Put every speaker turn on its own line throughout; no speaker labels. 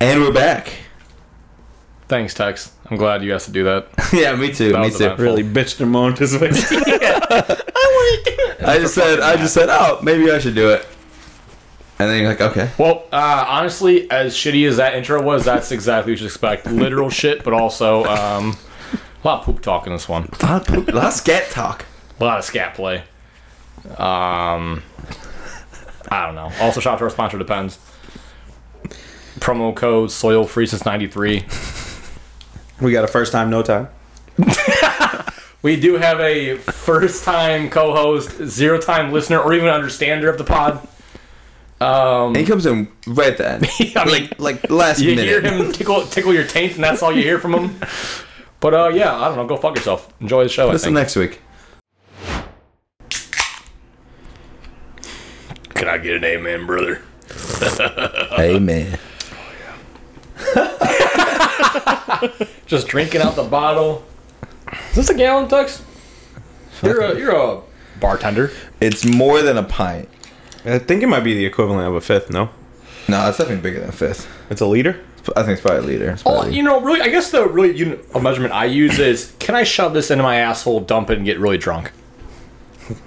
And we're back.
Thanks, Tex. I'm glad you asked to do that.
yeah, me too.
That
me
was
too.
about-
Really bitched and moaned his way.
I just said, I just said, oh, maybe I should do it. And then you're like, okay.
Well, uh, honestly, as shitty as that intro was, that's exactly what you should expect. Literal shit, but also um, a lot of poop talk in this one.
Let's get talk.
A lot of scat play. Um, I don't know. Also, shout out to our sponsor, Depends. Promo code soil free since 93.
we got a first time, no time.
We do have a first time co host, zero time listener, or even understander of the pod. Um,
And he comes in right at the end.
Yeah, I mean,
like, like last
you hear
minute.
him tickle tickle your taint, and that's all you hear from him. But uh, yeah, I don't know. Go fuck yourself. Enjoy the show. I
Listen
think.
next week.
Can I get an amen, brother?
Amen.
Just drinking out the bottle. Is this a gallon, Tux? You're a you're a bartender.
It's more than a pint.
I think it might be the equivalent of a fifth, no?
No, it's definitely bigger than a fifth.
It's a liter?
I think it's probably a liter. It's
Oh,
probably-
you know, really, I guess the really unit of measurement I use is can I shove this into my asshole, dump it, and get really drunk?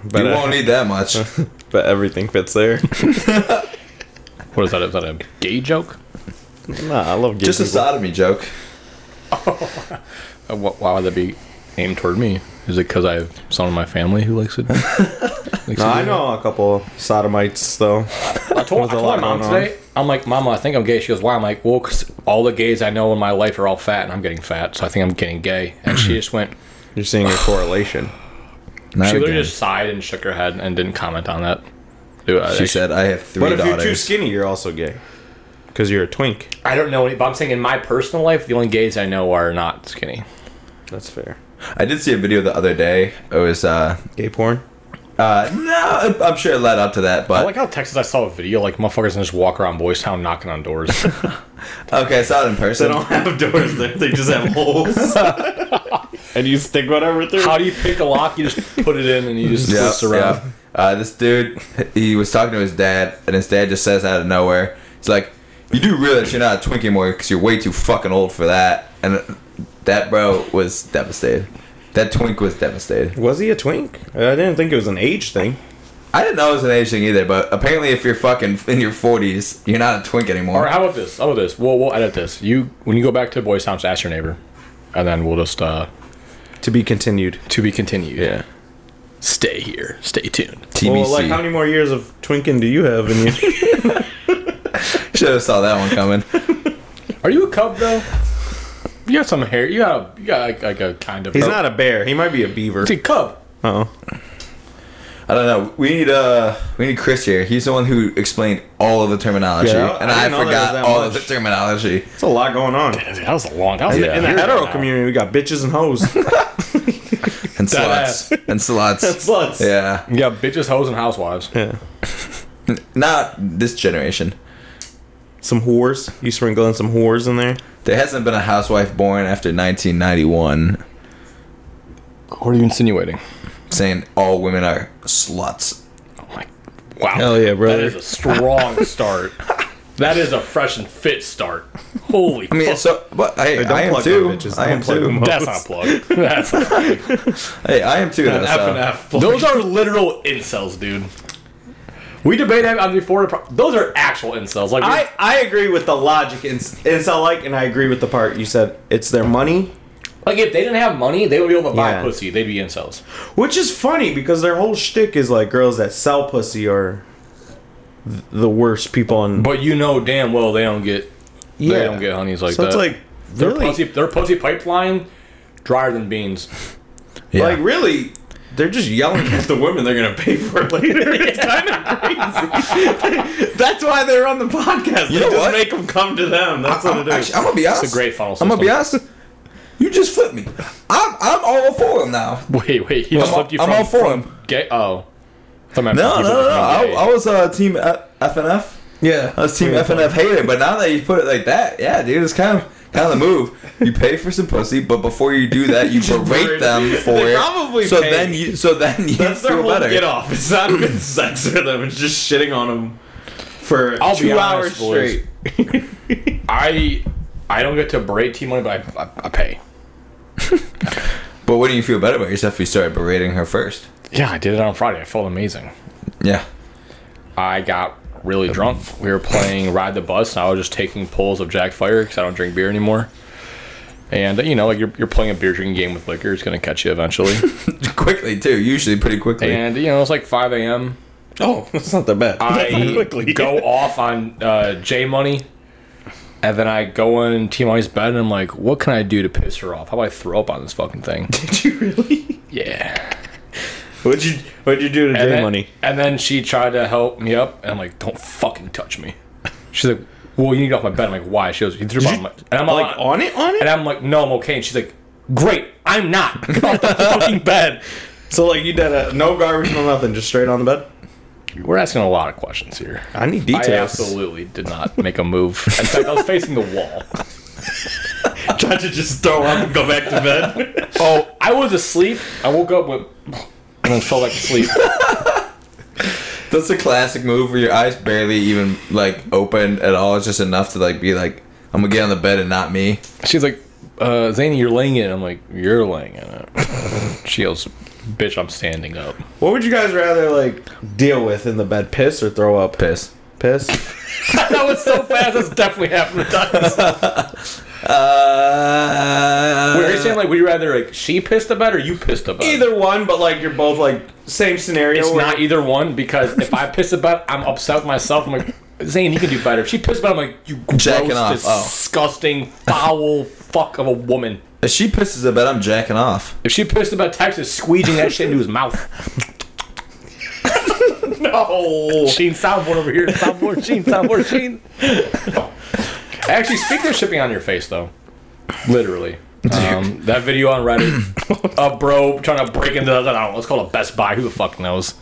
But,
you
uh,
won't need that much.
but everything fits there.
What is that? Is that a gay joke?
nah, I love gay
Just a
people.
sodomy joke.
Uh, wh- Why would that be aimed toward me? Is it because I have someone in my family who likes it? Likes it?
No, I know a couple sodomites though.
I told, I
a
told my
lot
mom
going on.
today, I'm like, Mama, I think I'm gay. She goes, Why? I'm like, Well, 'cause all the gays I know in my life are all fat, and I'm getting fat, so I think I'm getting gay. And she just went,
You're seeing a correlation.
Not
She literally
again.
just sighed and shook her head and didn't comment on that. Dude, I,
she said, I have three
But if you're too
daughters.
skinny, you're also gay. Because you're a twink.
I don't know, any- but I'm saying in my personal life, the only gays I know are not skinny.
That's fair.
I did see a video the other day. It was, uh,
Gay porn?
uh, no, I'm sure it led up to that,
I
but
like how Texas, I saw a video, like, motherfuckers can just walk around Boys Town knocking on doors.
okay, I saw it in person.
have doors there, they just have holes. and you stick whatever through.
how do you pick a lock? You just put it in and you just
Yeah,
twist around.
yeah. Uh, this dude, he was talking to his dad, and his dad just says out of nowhere, he's like, "You do realize you're not a twink anymore because you're way too fucking old for that." And that bro was devastated. That twink was devastated.
Was he a twink? I didn't think it was an age thing.
I didn't know it was an age thing either, but apparently, if you're fucking in your 40s, you're not a twink
All
anymore.
right, how about this? How about this? We'll, we'll edit this. You When you go back to Boys Town, just ask your neighbor, and then we'll just, uh,
To be continued.
to be continued.
Yeah.
Stay here. Stay tuned.
TBC.
Well, like, how many more years of twinking do you have in you?
Should have saw that one coming.
Are you a cub though? You got some hair. You got a, you got like, like a kind of.
He's not a bear. He might be a beaver.
He's a cub.
Oh,
I don't know. We need uh, we need Chris here. He's the one who explained all of the terminology,
Yeah, I
and I,
didn't know there was
forgot
that
all of the
much.
terminology.
it's a lot going on.
That was a long. That was
Yeah.
In the
years
hetero
ago.
community, we got bitches and hoes.
And
That
slots. And slots.
That's sluts.
Yeah.
You got bitches, hoes, and housewives.
Yeah.
Not this generation.
Some whores. You sprinkling some whores in there?
There hasn't been a housewife born after 1991
What are you insinuating?
saying all women are sluts.
Oh my! Wow.
Hell yeah, brother.
That is a strong start. that is a fresh and fit start. Holy.
I mean,
fuck.
it's so but hey,
don't
I am
plug
too.
them, bitches.
I am
Don't plug
too.
them.
that's not a plug. That's not a plug.
Hey, I am too. Though, so.
F.
Those are literal incels, dude. We debated on before. the pro- Those are actual incels. Like
I, I agree with the logic. It's, it's I like, and I agree with the part you said. It's their money,
Like if they didn't have money, they would be able to buy
Yeah.
pussy. They'd be incels.
which is funny because their whole shtick is like girls that sell pussy are th- the worst people on.
But you know damn well they don't get they don't get honeys like
so
that.
it's like
their
really,
pussy their pussy pipeline drier than beans.
Yeah.
like really, they're just yelling at the women they're gonna pay for later. It's kind of crazy. That's why they're on the podcast.
You
they
know
just
what?
make them come to them. That's what
I'm,
it is.
actually, I'm gonna be honest.
It's a great funnel
I'm gonna be
system.
honest. You just flipped me. I'm I'm all for them now.
Wait, wait, he just
I'm-
flipped you
I'm
from,
all for
from
him.
gay oh. No,
No, no, no. I, I was uh, team F- FNF.
yeah,
I was team FNF hater, but now that you put it like that, yeah, dude, it's kind of kind of the move. You pay for some pussy, but before you do that, you berate
berate-
them for
They
it.
probably
so
pay.
then you so then you
That's their
feel
whole
better.
get off. It's not even sex for them. It's just shitting on them for
I'll be
two
honest,
hours
boys.
straight.
I I don't get to berate T Money, but I, I, I pay.
But wouldn't you feel better about yourself if you started berating her first?
Yeah, I did it on Friday. I felt amazing.
Yeah.
I got really drunk. We were playing Ride the Bus, and I was just taking pulls of Jack Fire because I don't drink beer anymore. And uh, you know, like you're, you're playing a beer drinking game with liquor, it's gonna catch you eventually.
Quickly too, usually pretty quickly.
and you know, it's like 5 a.m.
Oh, that's not that bad.
I
quickly.
go off on uh, J Money, and then I go in T Money's bed, and I'm like, "What can I do to piss her off? How do I throw up on this fucking thing?"
Did you really?
yeah,
What'd you What'd you do to
and
J
then,
Money?
And then she tried to help me up, and I'm like, "Don't fucking touch me." She's like, "Well, you need to get off my bed." I'm like, "Why?" She goes, "You threw up on my," and I'm
Like on it, on
and
it.
I'm like, "No, I'm okay." And she's like, "Great, I'm not Get off the fucking bed."
So like you did a no garbage, no nothing, just straight on the bed.
We're asking a lot of questions here.
I need
I
details.
absolutely did not make a move. In fact, I was facing the wall.
Tried to just throw up and go back to bed.
Oh, I was asleep. I woke up with, and then fell back to sleep.
That's a classic move where your eyes barely even like open at all. It's just enough to like be like, I'm gonna get on the bed and not me.
She's like, uh, Zany, you're laying in it. I'm like, you're laying in it. She goes, bitch, I'm standing up.
what would you guys rather like deal with in the bed? Piss or throw up?
Piss.
Piss.
that was so fast. That's definitely happened to us.
Uh,
Wait, are you saying like we rather like she pissed the bed or you pissed the bed?
Either one, but like you're both like same scenario.
It's
where-
not either one because if I piss the bed, I'm upset with myself. I'm like. Zane, you can do better. If she pissed the bed, I'm like, you gross,
Jacking off. Oh.
disgusting, foul fuck of a woman.
if she pisses the bed, I'm jacking off.
If she pissed about Texas, squeezing that shit into his mouth.
No.
Sheen soundboard over here. Soundboard, Sheen, soundboard, Sheen. Actually, speaking of shipping on your face, though, literally, um, that video on Reddit, a bro trying to break into, I don't know, let's call it a Best Buy. Who the fuck knows?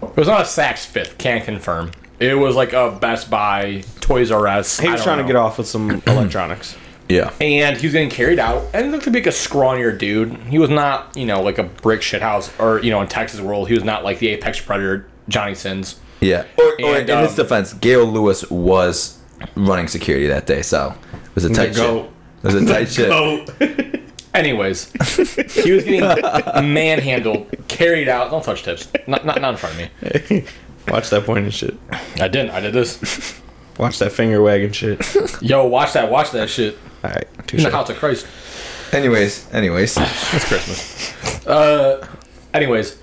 It was not a Saks Fifth. Can't confirm. It was like a Best Buy, Toys R Us.
He was trying to get off with some electronics.
Yeah.
And he was getting carried out, and he looked to be like a scrawnier dude. He was not, you know, like a brick shithouse, or you know, in Texas world, he was not like the apex predator Johnny Sins.
Yeah. Or, or
And,
in his
um,
defense, Gail Lewis was running security that day, so it was a tight ship.
goat.
It was a tight ship.
Oh.
Anyways, he was getting manhandled, carried out. Don't touch tips. Not, not, not in front of me.
Watch that point and shit.
I didn't. I did this.
Watch that finger wagging shit.
Yo, watch that. Watch that shit.
All right.
In the house of Christ.
Anyways, anyways.
It's Christmas. Uh, anyways,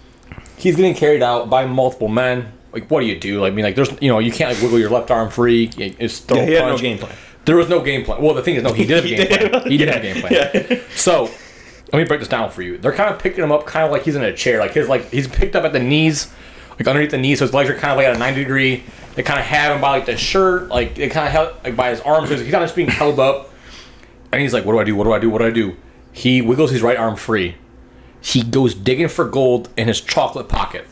he's getting carried out by multiple men. Like, what do you do? Like, I mean, like, there's, you know, you can't like wiggle your left arm free. It's still
Yeah, he had no
punch.
game plan.
There was no game plan. Well, the thing is, no, he did have a game plan. He did have a game plan. So, let me break this down for you. They're kind of picking him up, kind of like he's in a chair. Like his, like he's picked up at the knees, like underneath the knees. So his legs are kind of like at a ninety degree. They kind of have him by like the shirt, like they kind of held like by his arms. He's kind of just being held up, and he's like, "What do I do? What do I do? What do I do?" He wiggles his right arm free. He goes digging for gold in his chocolate pocket.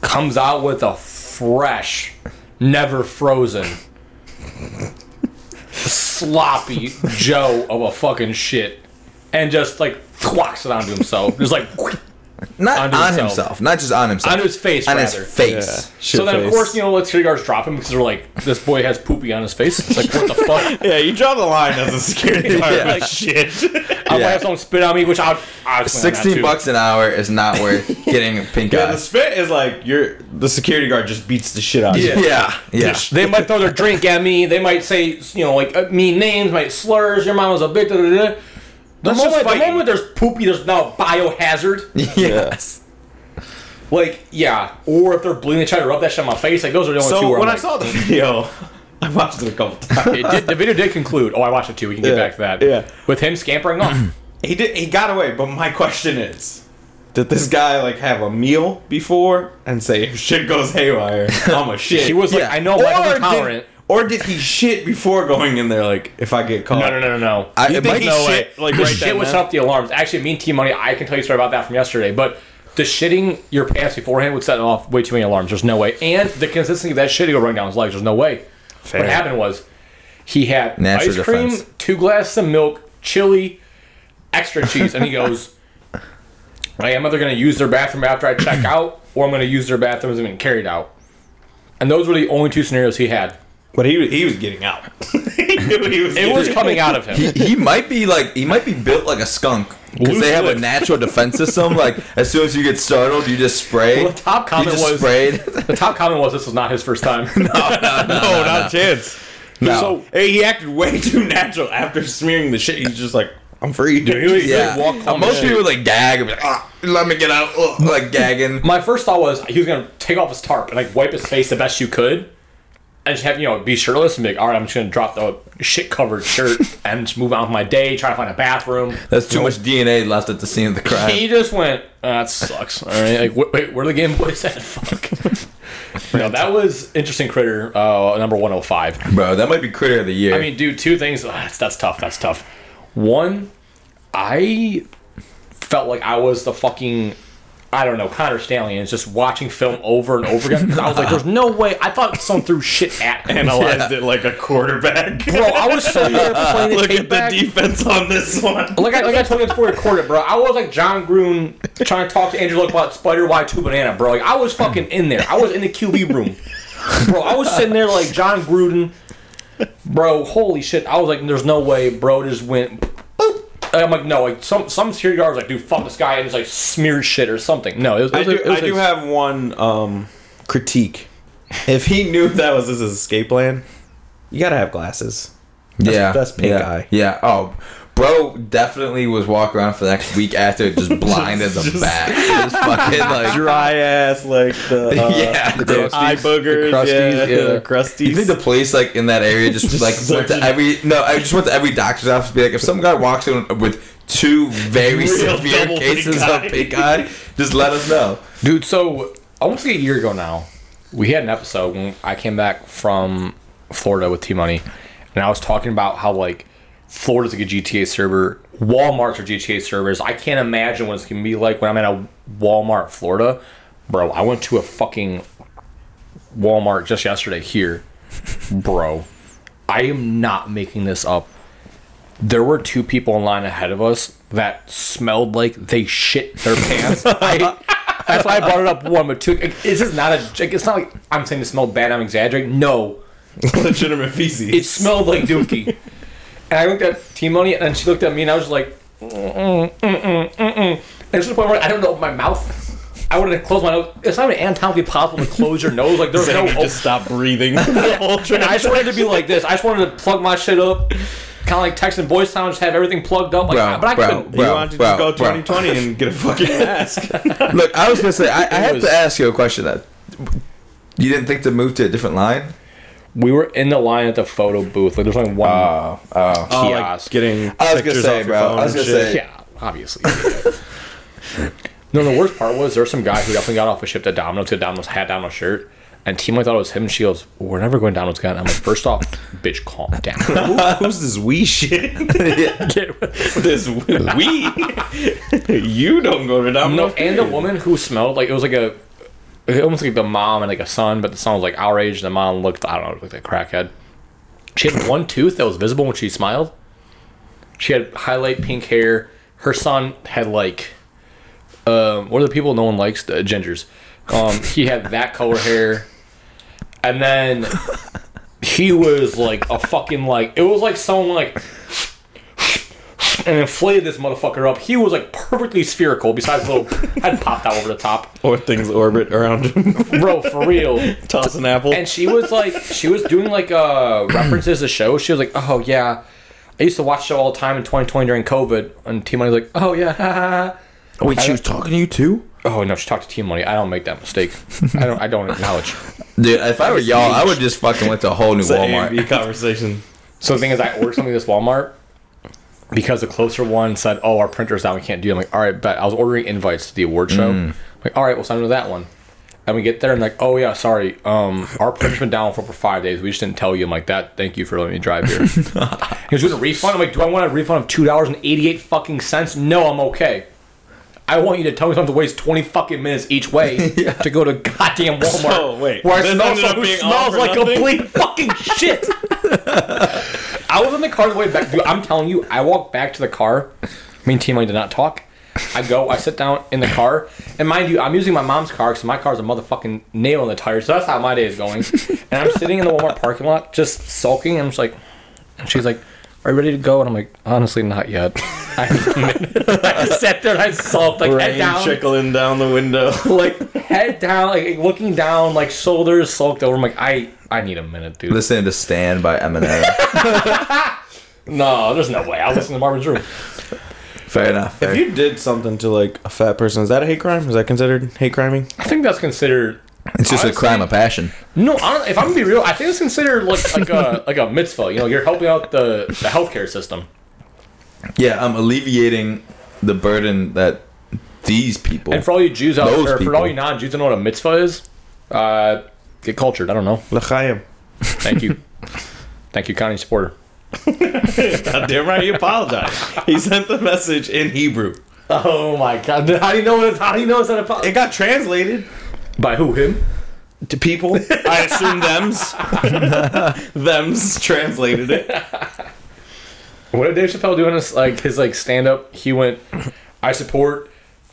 Comes out with a fresh, never frozen sloppy Joe of a fucking shit, and just like thwacks it onto himself. Just like
Not
Onto
on
himself.
himself. Not just on himself.
on his face,
On his
rather.
face.
so then, of course, you know, let's security guards drop him because they're like, "This boy has poopy on his face." It's like, what the fuck?
Yeah, you draw the line as a security guard.
Yeah.
Like, shit.
I'm gonna
Yeah.
have someone spit on me, which I, I was planning on that,
16
too.
bucks an hour is not worth getting pink
Yeah,
eye.
the spit is like you're the security guard just beats the shit out of you.
yeah. yeah.
They might throw their drink at me. They might say, you know, like uh, mean names, might slurs. Your mom was a bitch. Da, da, da, da. The,
Let's just
moment, the
fight.
moment there's poopy, there's now biohazard.
Yes.
Like, yeah. Or if they're bleeding, they try to rub that shit on my face. Like, those are the only two
So
where
when
I'm like,
I saw the video, I watched it a couple times.
it did, the video did conclude. Oh, I watched it too. We can get
Yeah,
back to that.
yeah.
With him scampering off.
he did. He got away. But my question is, did this guy like have a meal before and say if shit goes haywire, I'm a shit?
he was like,
Yeah.
I know lactose
did-
intolerant.
or did he shit before going in there? Like if I get caught,
No, no, no, no, no.
I,
You
it
think
might
he
no way.
shit, like
the
right
shit
then,
would
man?
set up the alarms. Actually, me and T Money, I can tell you a story about that from yesterday. But the shitting your pants beforehand would set off way too many alarms. There's no way. And the consistency of that shit to go running down his legs. There's no way. What happened was he had
Natural
ice cream,
defense.
two glasses of milk, chili, extra cheese, and he goes, I am either going to use their bathroom after I check out, or I'm going to use their bathroom as I'm being carried out. And those were the only two scenarios he had.
But he he was getting out. he knew he was
It was coming out of
He,
him.
he might be like he might be built like a skunk because
Loose
they have a
lips.
natural defense system. Like as soon as you get startled, you just spray.
Well, the top
you
comment
just
was-
sprayed.
The top comment was this was not his first time.
no, not a chance.
No.
So hey, he acted way too natural after smearing the shit. He's just like, I'm free, dude.
He was-
yeah,
walk
And
on
most
in.
people would, like gag and be like, ah, "Let me get out!" ugh," like gagging.
My first thought was he was gonna take off his tarp and like wipe his face the best you could, and just have you know be shirtless and be like, all right, I'm just gonna drop the shit covered shirt and just move on with my day, try to find a bathroom.
That's too much DNA left at the scene of the crime.
He just went, "Ah, that sucks. All right, like wh- wait, where are the Game Boys at? Fuck. no, that was interesting. Critter uh, number 105.
Bro, that might be critter of the year.
I mean, dude, two things. ah, That's, that's tough. That's tough. One, I felt like I was the fucking, I don't know, Connor Stanley, and just watching film over and over again. 'Cause I was like, there's no way. I thought someone threw shit at me.
Analyzed it like a quarterback.
Bro, I was so there playing the
Look
tape
at the
back.
defense on this one.
Like I, like I told you before I recorded, bro. I was like John Gruden trying to talk to Andrew Luck about Spider Y two banana, bro. Like I was fucking in there. I was in the QB room, bro. I was sitting there like John Gruden, bro. Holy shit! I was like, there's no way, bro. Just went. boop. And I'm like, no, like some some security guard was like, dude, fuck this guy, and just like smeared shit or something. No, it was. It
I
was
do,
it was
I do have one um, critique. If he knew that was his escape plan, you gotta have glasses.
yeah,
that's pink
yeah,
eye.
Yeah. Oh, bro, definitely was walking around for the next week after just blind as a
Just-
bat. Just fucking like.
Dry ass, like the uh,
yeah,
the
dude.
eye boogers,
crusties,
yeah,
yeah.
the crusties.
You think the police like in that area just,
Just
like went to
searching.
every no? I just went to every doctor's office to be like, if some guy walks in with two very
Real
severe
double
cases
pink eye.
of pink eye, just let us know.
Dude, so almost a year ago now, we had an episode when I came back from Florida with T Money, and I was talking about how like Florida's like a GTA server, Walmart's are GTA servers. I can't imagine what it's gonna be like when I'm at a Walmart, Florida, bro. I went to a fucking Walmart just yesterday here, bro. I am not making this up. There were two people in line ahead of us that smelled like they shit their pants. I, that's why I brought it up one, but two. like, This is not a. like, It's not like I'm saying it smelled bad. I'm exaggerating. No,
legitimate feces.
it smelled like dookie. and I looked at T Money, and she looked at me, and I was like, mm-mm, mm-mm, mm-mm. and it's to the point where I don't know my mouth. I wouldn't have closed my nose. It's not even anatomically possible to close your nose. Like there's no.
Xander just stopped breathing. the whole
And I just wanted to be like this. I just wanted to plug my shit up, kind of like texting voice sound, just have everything plugged up. Like,
Bro,
but I
bro,
couldn't.
bro.
you want to just
bro,
go
bro.
2020 and get a fucking mask.
Look, I was gonna say I, I have
was-
to ask you a question. That you didn't think to move to a different line?
We were in the line at the photo booth. Like there's only one
Oh, oh.
Oh, like,
kiosk.
getting
I was gonna
pictures
say,
off your
bro,
phone
I was
and
gonna
shit.
say-
Yeah, obviously. no, the worst part was there was some guy who definitely got off a ship to Domino's. Got Domino's had Domino's shirt, and team I thought it was him. And she goes, "We're never going Domino's again." I'm like, first off, bitch, calm down.
Who- who's this we shit? this we? you don't go to
no,
Domino's.
and the woman who smelled like it was like a. it was Almost like the mom and like a son, but the son was like our age, and the mom looked, I don't know, like a crackhead. She had one tooth that was visible when she smiled. She had highlight pink hair. Her son had like, um, what are the people no one likes? The gingers. Um, he had that color hair, and then he was like a fucking like it was like someone like and inflated this motherfucker up. He was like perfectly spherical. Besides, the little head popped out over the top,
Or things orbit around him.
bro, for real.
Toss an apple.
And she was like, she was doing like uh, references to shows. She was like, oh yeah, I used to watch the show all the time in 2020 during COVID. And T Money was like, oh yeah, ha, ha,
Wait, she was talking to you too,
ha." oh no, she talked to T Money. I don't make that mistake. I don't. I don't acknowledge.
dude. If I were y'all, I would just fucking went to a whole new
It's a
Walmart.
A&B conversation.
So the thing is, I ordered something at this Walmart because the closer one said, "Oh, our printer's down. We can't do." It. I'm like, "All right, bet." I was ordering invites to the award show. I'm like, all right, we'll send them to that one. And we get there and like, oh yeah, sorry, um, our printer's been down for over five days. We just didn't tell you. I'm like, that. Thank you for letting me drive here. he was with a refund. I'm like, do I want a refund of two dollars and eighty eight fucking cents? No, I'm okay. I want you to tell me something to waste twenty fucking minutes each way to go to goddamn Walmart.
So, wait,
where I
this
smell
ended up
someone who
being all
smells
for
like
nothing?
complete fucking shit. I was in the car on the way back. Dude, I'm telling you, I walked back to the car. Me and T Money did not talk. I go, I sit down in the car, and mind you, I'm using my mom's car because my car's a motherfucking nail in the tire. So that's how my day is going. And I'm sitting in the Walmart parking lot, just sulking. And I'm just like, and she's like, "Are you ready to go?" And I'm like, "Honestly, not yet." I, I just sat there and I sulked, like head down,
trickling down the window.
like head down, like looking down, like shoulders sulked over. I'm like, I, I need a minute, dude.
Listening to Stand by Eminem.
No, there's no way. I was listening to Marvin's Room.
fair enough. Fair.
If you did something to like a fat person, is that a hate crime? Is that considered hate criming?
I think that's considered.
it's just a
honestly-
crime of passion.
No, hon- if I'm gonna be real, I think it's considered like like a like a mitzvah. You know, you're helping out the the healthcare system.
Yeah, I'm alleviating the burden that these people.
And for all you Jews out
Those
there, for
people.
all you non-Jews that know what a mitzvah is, uh, get cultured. I don't know.
L'chaim.
Thank you, thank you, Connie supporter.
God damn right, he apologized. he sent the message in Hebrew.
Oh my God! How do you know? It's, how do you know it's not a
It got translated
by who? Him?
to people. I assume them's them's translated it.
What did Dave Chappelle do in his like his like stand up? He went, I support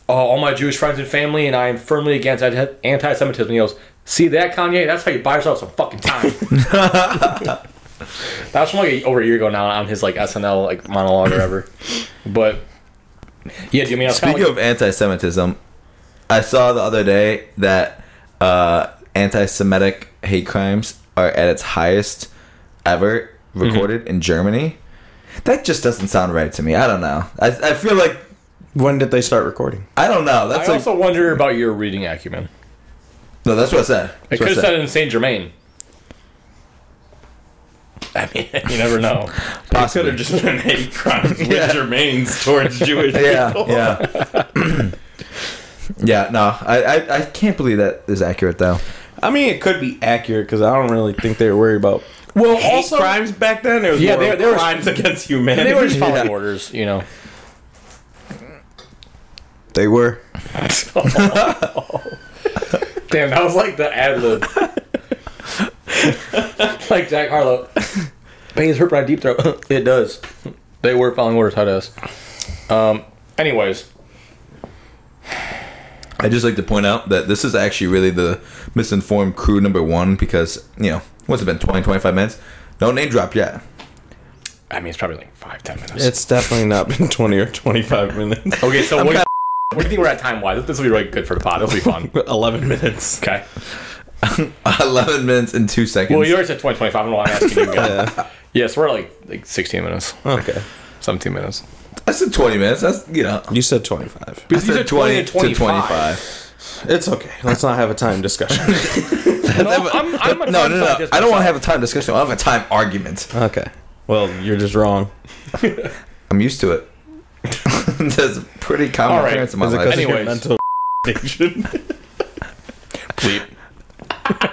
uh, all my Jewish friends and family, and I am firmly against anti Semitism. He goes, See that, Kanye? That's how you buy yourself some fucking time. That's from like a, over a year ago now on his like SNL like monologue or whatever. But yeah, do you mean I was kinda
Speaking of
like,
anti-Semitism, I saw the other day that uh, anti-Semitic hate crimes are at its highest ever
Mm-hmm.
recorded in Germany. That just doesn't sound right to me. I don't know. I, I feel like
When did they start recording?
I don't know.
I
That's like
also wonder about your reading acumen.
no. That's what I said.
I
That's
could
what I
have
said.
said it in Saint Germain. I mean, you never know.
Could
Possibly.
have just been hate crimes
Yeah.
with Germains towards Jewish
yeah,
people.
yeah. yeah, no, I, I, I can't believe that is accurate though.
I mean, it could be accurate because I don't really think they were worried about
Well,
hate crimes back then. It was
Yeah,
more
they-
of
they were-
crimes against humanity.
they were just following
Yeah.
orders, you know.
They were.
Damn, that was like the ad lib. like Jack Harlow. Pains hurt by deep throat. it does. They were following orders, how does? Um anyways.
I just like to point out that this is actually really the misinformed crew number one because, you know, what's it been, 20, 25 minutes? No name drop yet.
I mean it's probably like five, ten minutes.
It's definitely not been 20 or 25 minutes.
okay, so what, what do you think we're at time wise? This will be really good for the pod. This will be fun.
11 minutes.
Okay.
11 minutes and 2 seconds.
Well you already said twenty twenty five, I don't know why I'm asking you again. Yes, we're at like like sixteen minutes.
Okay.
Seventeen minutes.
I said 20 minutes. That's, you know.
You said 25.
I said 20 to 25.
It's okay. Let's not have a time discussion.
No, I'm, I'm a
No, no,
time
no.
scientist
I don't
myself.
want to have a time discussion. I want to have a time argument.
okay. Well, you're just wrong.
I'm used to it. That's a pretty common
All right.
occurrence in my
Is it
life.
'cause of your
Anyways.
mental condition?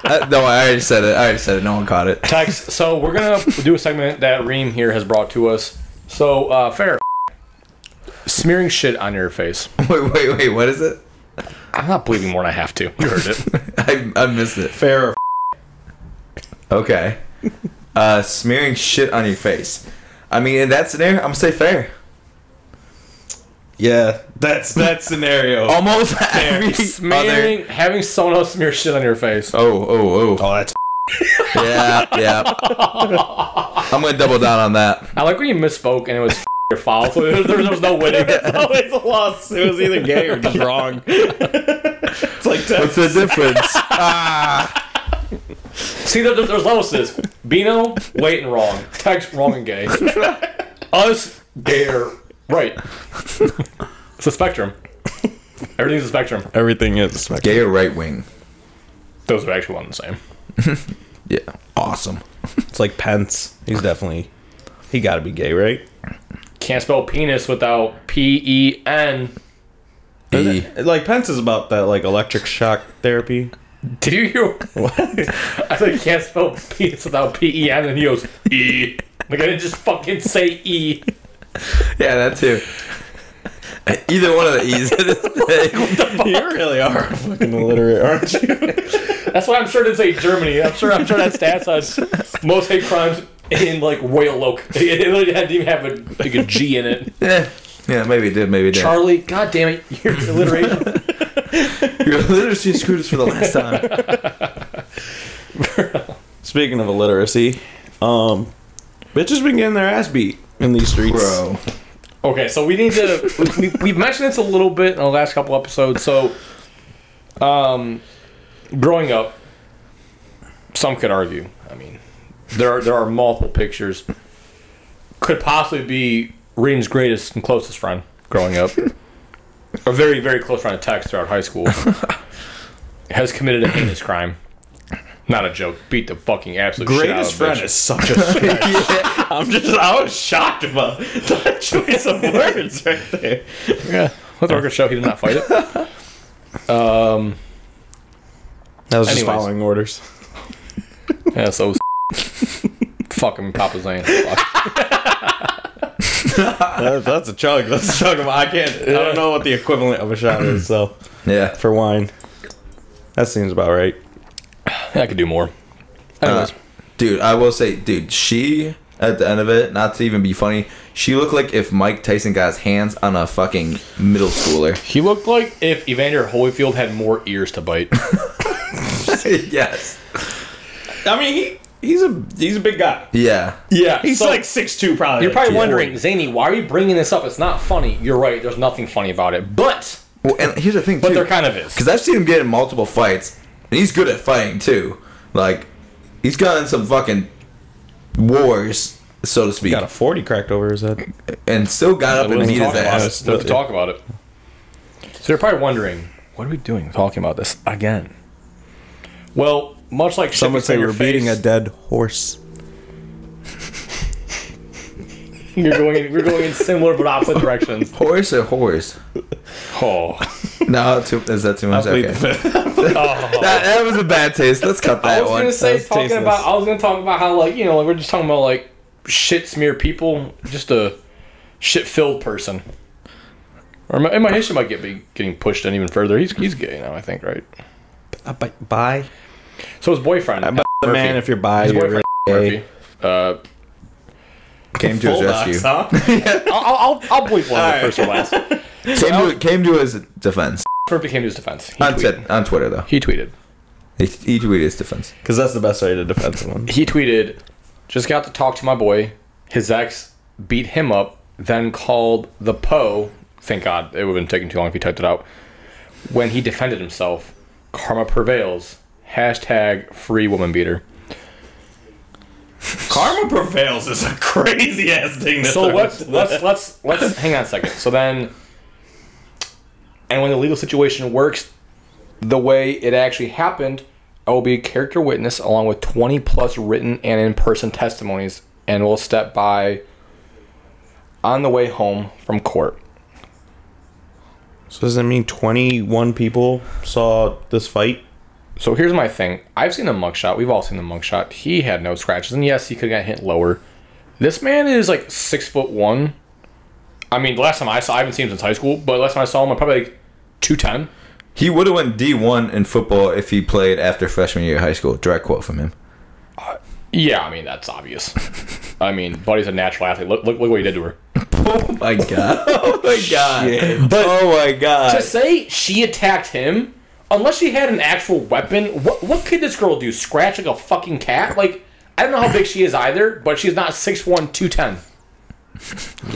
Uh, no, I already said it. I already said it. No one caught it.
text. So we're gonna do a segment that Reem here has brought to us. So uh, fair. Smearing shit on your face.
Wait, wait, wait. What is it?
I'm not bleeding more than I have to. You heard it.
I, I missed it.
Fair.
Okay. Uh, smearing shit on your face. I mean, in that scenario, I'm gonna say fair.
Yeah. That's that scenario. Oh,
Almost every
Smearing,
other.
having someone else smear shit on your face.
Oh, oh, oh.
that's
Yeah, yeah. I'm gonna double down on that.
I like when you misspoke and it was your foul. So there, there was no winning.
always a loss. It was either gay or just wrong. it's like
What's the difference?
See, there, there's levels to this. Bino, wait and wrong. Text, wrong and gay. Us, gay or right. It's a spectrum. Everything's a spectrum.
everything is like
Gay or right wing?
Those are actually one and the same.
Yeah. Awesome.
It's like Pence. He's definitely he got to be gay, right?
Can't spell penis without P E N.
E.
Like Pence is about that like electric shock therapy.
Did you hear? What? I said can't spell penis without P E N, and he goes E. Like I didn't just fucking say E.
Yeah, that too. Either one of the E's.
You really are fucking illiterate, aren't you?
That's why I'm sure it didn't say Germany. I'm sure. I'm sure that stats on most hate crimes in like Royal Oak. It literally didn't even have a, like a G in it.
Eh, Yeah, maybe it did. Maybe it did.
Charlie, god damn it, your alliteration.
Your literacy screwed us for the last time.
Speaking of illiteracy, um, bitches been getting their ass beat in these streets.
Bro.
okay, so we need to. We, we, have mentioned this a little bit in the last couple episodes. So, um, growing up, some could argue. I mean, there are, there are multiple pictures. Could possibly be Reem's greatest and closest friend growing up, a very very close friend of Tex throughout high school, has committed a heinous crime. Not a joke. Beat the fucking absolute shit out of
Greatest
a
friend
bitch.
is such a stretch. I'm just, I was shocked about that choice of words right there.
Yeah. Let the record show he did not fight it.
That
just
was just
following
following orders.
Yeah, so fucking Papa Zane. Fuck.
that's a chug. That's a chug. Of, I can't. I don't know what the equivalent of a shot is. So
Yeah.
for wine, that seems about right.
I could do more.
Uh,
Anyways,
dude, I will say, dude, she at the end of it, not to even be funny, she looked like if Mike Tyson got his hands on a fucking middle schooler.
he looked like if Evander Holyfield had more ears to bite.
yes.
I mean, he he's a he's a big guy.
Yeah.
yeah,
He's like six two, probably.
you're
like
probably
240.
wondering, Zany, why are you bringing this up? It's not funny. You're right. There's nothing funny about it, but
Well, and here's the thing,
but
too.
there kind of is.
Because I've seen him get in multiple fights, and he's good at fighting too. Like, he's gotten some fucking wars, so to
He
speak,
got a forty cracked over his head.
and still got up
But
and
let's
beat
talk
his
about
ass.
it. Let's talk about it. So you're probably wondering, what are we doing talking about this again? Well, much like
Some would say we're beating a
a.
dead horse.
you're going in, we're going in similar but opposite directions.
Horse or horse?
Oh.
No, too, is that too much? Okay. That,
Oh.
that was a bad taste. Let's cut
I
that
was
one.
gonna say
That's
talking
tasteless.
about I was gonna talk about how like you know like, we're just talking about like shit smear people, just a shit filled person. Or my, and my issue might get be getting pushed in even further. He's he's gay now, I think, right?
Bye. Bye.
So his boyfriend,
The man, if you're by,
his
you're
boyfriend
really gay.
Murphy. Uh,
came to his rescue.
I'll, I'll I'll bleep one
Alright.
first or last.
Came to, came to his defense
Murphy came to his defense. He
on,
tweeted.
t- on Twitter though.
He tweeted.
He, he tweeted his defense.
Because that's the best way to defend someone.
He tweeted, "Just got to talk to my boy. His ex beat him up, then called the po. Thank God it would have been taking too long if he typed it out. When he defended himself, karma prevails. Hashtag free woman beater.
Karma prevails is a crazy ass thing. To
So let's let's let's let's hang on a second. So then, and when the legal situation works the way it actually happened, I will be a character witness along with 20 plus written and in person testimonies, and will step by on the way home from court.
So does that mean 21 people saw this fight?
So here's my thing. I've seen the mugshot. We've all seen the mugshot. He had no scratches, and yes, he could have got hit lower. This man is like six foot one. I mean, the last time I saw, I haven't seen him since high school, but last time I saw him, I'm probably like two ten.
He would have went D one in football if he played after freshman year of high school. Direct quote from him.
Yeah, I mean that's obvious. I mean, Buddy's a natural athlete. Look, look, look what he did to her.
Oh my god. oh my god. oh my god.
To say she attacked him, unless she had an actual weapon, what what could this girl do? Scratch like a fucking cat? Like I don't know how big she is either, but she's not 6'1", 210.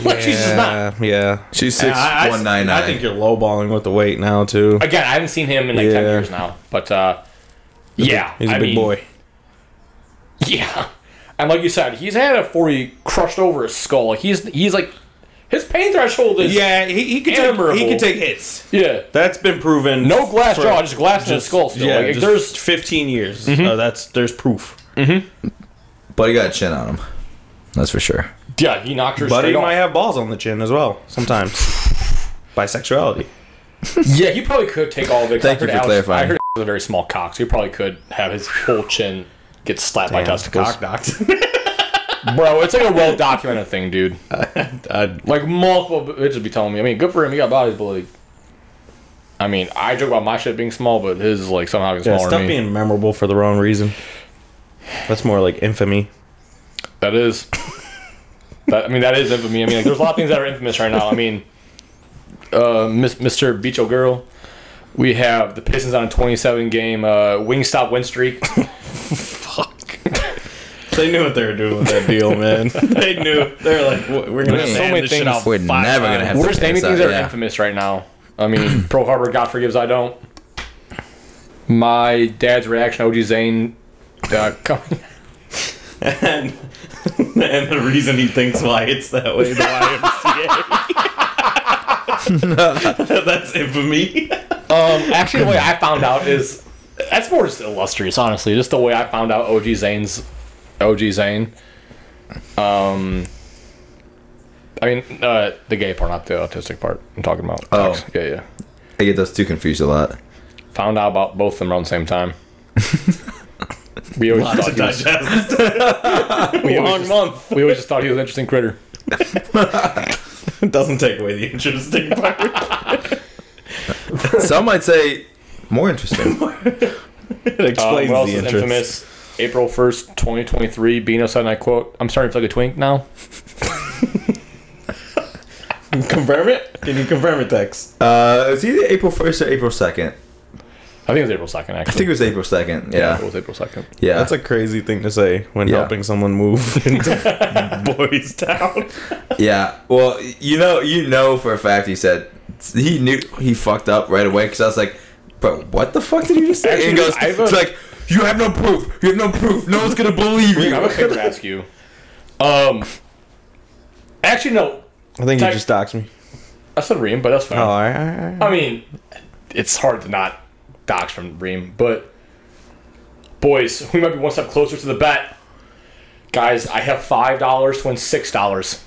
Like she's just not.
yeah.
She's six
I,
one nine nine.
I think you're lowballing with the weight now, too.
Again, I haven't seen him in like ten
Yeah.
years now, but uh, yeah,
He's a
I
big
mean,
boy.
Yeah, and like you said, he's had a forty crushed over his skull. Like he's he's like his pain threshold is
Yeah, he, he, could
Admirable.
hits.
yeah.
That's been proven.
No glass
for-
jaw, just glass in his skull. Still.
Yeah,
like,
just
there's Mm-hmm.
15 years. So that's there's proof.
But he got a chin on him. That's for sure.
Yeah, he knocked her
But he
straight
might
off.
have balls on the chin as well sometimes. Bisexuality.
Yeah, he probably could take all of it. 'cause I
Thank you
heard
for clarifying.
I heard was a very small cock, so he probably could have his whole chin get slapped by testicles.
knocked.
Bro, it's like a well documented thing, dude.
I'd-
Like multiple bitches be telling me. I mean, good for him. He got bodies, but like, I mean, I joke about my shit being small, but his is like somehow getting
yeah,
smaller
stop
than me.
being memorable for the wrong reason. That's more like infamy.
that is. That, I mean, that is infamy. I mean, like, there's a lot of things that are infamous right now. I mean, uh, Mis- Mr. Beach Girl. We have the Pistons on a 27 game uh, Wingstop win streak.
Fuck. they knew what they were doing with that deal, man. they knew. They were like, "W- we're gonna
Man,
so
so
many
many this shit
things
out
we're
five
never
times.
gonna have
We're
to
just naming
piss
things
out,
that are
yeah.
infamous right now. I mean, Pearl Harbor, God forgives, I don't. My dad's reaction, OG Zane. Uh, coming.
and, and the reason he thinks why it's that way, the YMCA. That's infamy.
Um, actually, the way I found out is that's more just illustrious, honestly. Just the way I found out OG Zane's OG Zane. Um, I mean uh, the gay part, not the autistic part. I'm talking about.
Oh.
Tux. yeah, yeah.
I get those two confused a lot.
Found out about both of them around the same time. we always
Lots
thought
to
he was,
digest.
we always
Long
just-
month.
we always just thought he was an interesting critter.
It doesn't take away the interesting part.
Some might say more interesting.
It explains
Um, what else
the
is
interest.
infamous? April 1st, 2023, Beano said, and I quote, I'm starting to feel like a twink now.
Confirm it? Can you confirm it, Tex?
Uh, it was either April first or April second.
I think it was April 2nd, actually.
I think it was April second.
it
Yeah,
was April 2nd.
yeah.
That's a crazy thing to say when
Yeah.
helping someone move into Boys Town.
Yeah. Well, you know, you know for a fact he said he knew he fucked up right away because I was like, bro, what the fuck did you just say? and he goes,
Actually, I have a-
it's like, you have no proof. You have no proof. No one's gonna believe
I have a
you.
favor to ask you. Um, actually, no.
I think
Tex-
you just doxed me.
I said Reem, but that's fine.
Oh, all right, all right, all right.
I mean, it's hard to not dox from Reem, but boys, we might be one step closer to the bet. Guys, I have five dollars to win six dollars.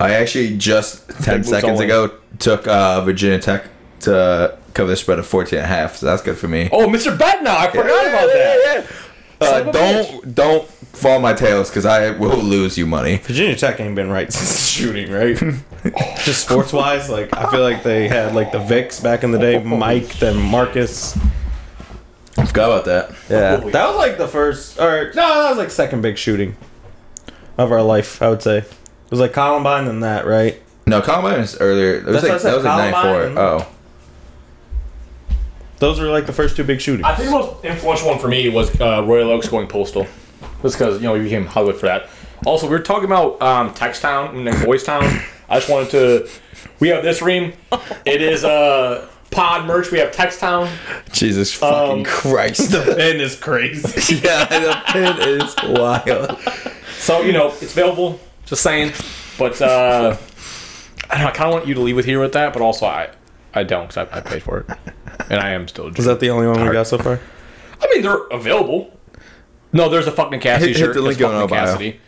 I actually just ten
moves
seconds
only.
ago took uh, Virginia Tech to cover the spread of 14 and a half, so that's good for me.
Oh, Mr. Bet now, I forgot about that.
Uh,
Son of a
don't don't fall my tails because I will lose you money.
Virginia Tech ain't been right since the shooting, right? Just sports wise, like I feel like they had like the Vicks back in the day, Mike, then Marcus.
I forgot about that.
Yeah,
Holy-
that was like the first, or no, that was like second big shooting of our life. I would say it was like Columbine, then that, right?
No, Columbine was earlier. It was
That's what I
like,
said,
that was like 94.
Columbine.
Oh.
Those were like the first two big shootings.
I think the most influential one for me was uh, Royal Oaks going postal. Just because, you know, we became Hollywood for that. Also, we were talking about um, Text Town and then Boys Town. I just wanted to. We have this ream. It is uh, pod merch. We have Text Town.
Jesus fucking
Um,
Christ.
Ben is crazy.
yeah, the pin is wild.
So, you know, it's available. Just saying. But uh, I don't know. I kind of want you to leave with here with that, but also I, I don't because I, I paid for it. And I am still. a
Was
jerk.
that the only one we got so far?
I mean, they're available. No, there's a fucking Cassidy
Hit- hit
shirt.
the
It's
link in
fucking
our bio.
Cassidy.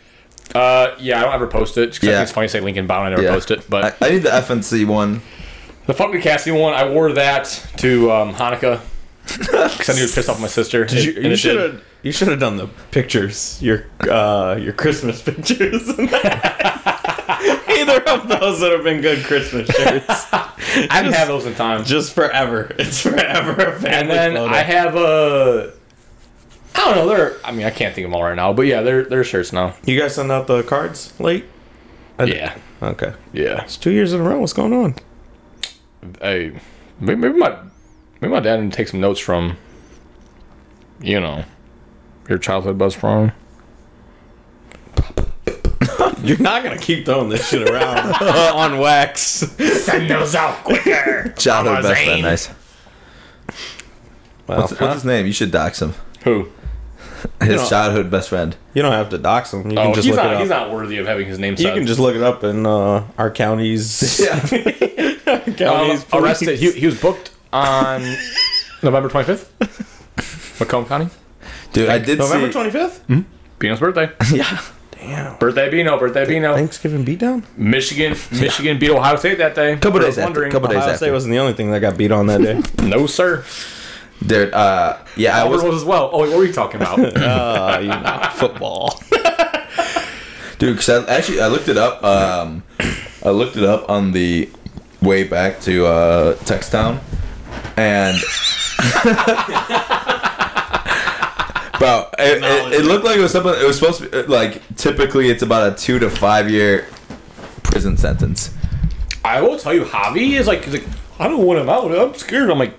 Uh, yeah, I don't ever post it. 'cause I
Yeah.
think it's funny to say Lincoln Bound. I never
Yeah.
post it, but
I, I need the FNC one.
the fucking Cassidy one, I wore that to um, Hanukkah because I knew it pissed off my sister. Did
You, should have. You should have done the pictures. Your uh, your Christmas pictures. Either of those would have been good Christmas shirts.
I didn't have those in time.
Just forever. It's forever a family
and then
photo.
I have a. I don't know. They're. I mean, I can't think of them all right now, but yeah, they're they're shirts now.
you guys send out the cards late.
Yeah,
Okay.
yeah.
It's two years in a row. What's going on?
Hey, maybe, maybe my maybe my dad need to take some notes from. You know, your childhood best friend.
You're not gonna keep throwing this shit around on wax.
Send those out quicker.
Childhood
Mama
best friend.
Zane.
Nice.
Well,
What's, what's his name? You should dox him.
Who?
His
know-
childhood best friend.
you don't have to dox him. You can
Oh,
just
he's
look
not.
it
He's
up.
not worthy of having his name
You
said.
can just look it up in uh, our county's.
Yeah.
um,
county's
arrested.
police.
He, he was booked on November 25th. Macomb County.
Dude, I did
November
see.
twenty fifth.
Mm-hmm. Bino's birthday.
Yeah.
Damn.
Birthday Bino. Birthday Bino.
Thanksgiving beatdown.
Michigan. Michigan beat Ohio State that day.
Couple
For
days after,
those wondering.
couple days.
Ohio State
after.
wasn't the only thing that got beat on that day.
No sir.
Dude, uh, yeah, I
Auburn
was.
was as well. Oh, wait, what were you talking about?
uh, you know, football.
Dude, because I actually I looked it up. Um, I looked it up on the way back to uh, Textown, and. Bro, it, it, it looked like it was something. It was supposed to be uh, like typically it's about a two to five year prison sentence.
I will tell you, Javi is like, he's like I don't want him out. I'm scared. I'm like,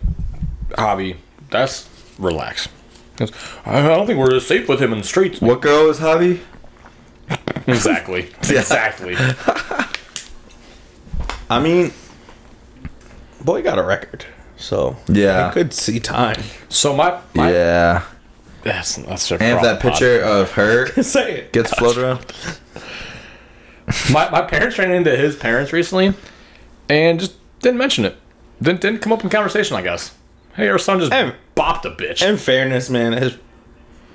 Javi, that's relax. He goes, I I don't think we're safe with him in the streets.
What girl is Javi?
Exactly. Exactly.
I mean, boy got a record, so
Yeah.
I could see time.
So my, my
Yeah.
that's that's a
And if
problem
that picture of her
Say it.
gets floated around.
pod. My, my parents ran into his parents recently, and just didn't mention it. Didn't didn't come up in conversation. I guess. Hey, our son just
Hey.
bopped a bitch.
In fairness, man, his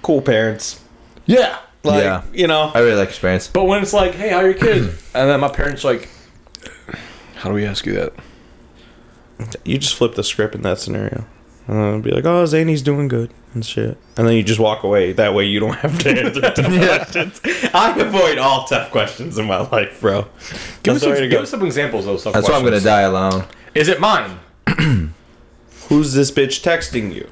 cool parents.
yeah.
Like,
Yeah.
you know,
I really like your parents.
But when it's like, hey, how are your kids? and then my parents like, how do we ask you that?
you just flip the script in that scenario. Uh, be like, oh, Zany's doing good and shit. And then you just walk away. That way you don't have to answer tough questions. I avoid all tough questions in my life, bro.
Give,
That's
us
the
some,
way to
give
go.
us some examples of stuff.
That's why I'm gonna die alone.
Is it mine?
Who's this bitch texting you?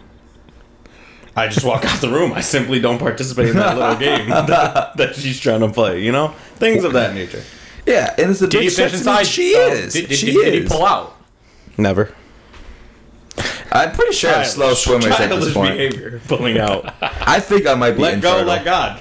I just walk out the room. I simply don't participate in that little game that, that she's trying to play, you know? Things of that nature.
Yeah, and it's a
Did
bitch
he finish
sex
inside?
She
Oh,
is.
Did, did,
she
did,
is.
did he pull out?
Never.
I'm pretty sure I'm slow swimmers at this point.
behavior. Pulling out.
I think I might be
let
infertile.
go, let God.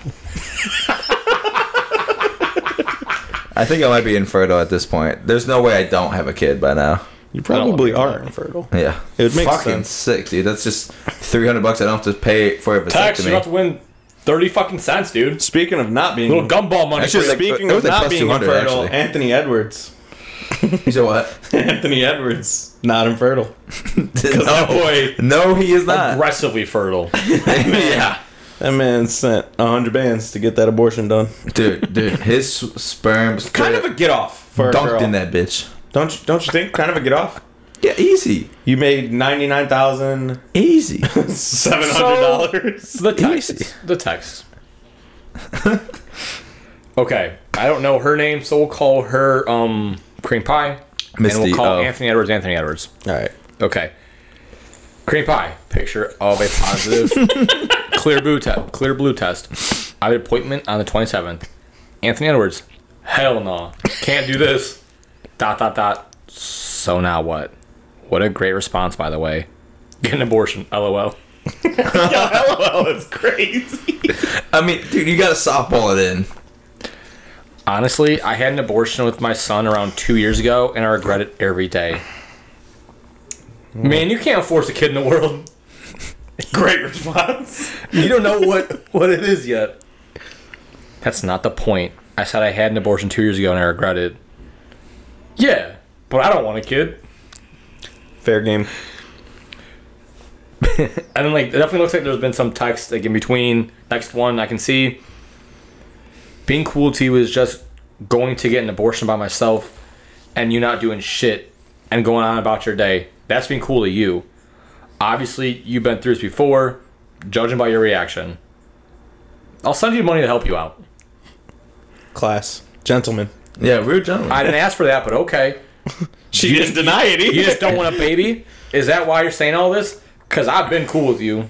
I think I might be infertile at this point. There's no way I don't have a kid by now.
You
probably
probably are infertile.
Yeah,
It would make
fucking
sense.
sick, dude. That's just 300 bucks I don't have to pay for a
Tax, you have
vasectomy.
to win thirty fucking cents, dude.
Speaking of not being
Little gumball money.
Actually,
for
like-
you.
Speaking
It was
of
like
not
plus
being
200,
infertile,
actually.
Anthony Edwards.
You said what?
Anthony Edwards, not infertile.
no,
That boy,
no, he is not.
aggressively fertile.
yeah,
that man sent hundred bands to get that abortion done.
dude, dude, his sperm
Kind of a get off for a
dunked
girl.
in that bitch.
Don't you, don't you think? Kind of a get off.
Yeah, easy,
You made ninety nine thousand
easy.
seven hundred dollars.
the text. The text. okay, I don't know her name, so we'll call her um cream pie, and
Misty,
we'll call
oh.
Anthony Edwards. Anthony Edwards.
All right.
Okay. Cream pie. Picture of a positive clear blue test. Clear blue test. I have an appointment on the 27th. Anthony Edwards. Hell no. Can't do this. Dot dot dot. So now what? What a great response, by the way. Get an abortion. LOL.
LOL is crazy.
I mean, dude, you gotta softball it in.
Honestly, I had an abortion with my son around two years ago, and I regret it every day. Man, you can't force a kid in the world.
Great response.
You don't know what what it is yet. That's not the point. I said I had an abortion two years ago and I regret it. Yeah, but I don't want a kid.
Fair game.
And then like it definitely looks like there's been some text like in between next one I can see. Being cool to you is just going to get an abortion by myself and you not doing shit and going on about your day. That's being cool to you. Obviously you've been through this before, judging by your reaction. I'll send you money to help you out.
Class. Gentlemen.
Yeah, we're done.
I didn't ask for that, but okay.
She didn't deny it either.
You just don't want a baby? Is that why you're saying all this? Because I've been cool with you.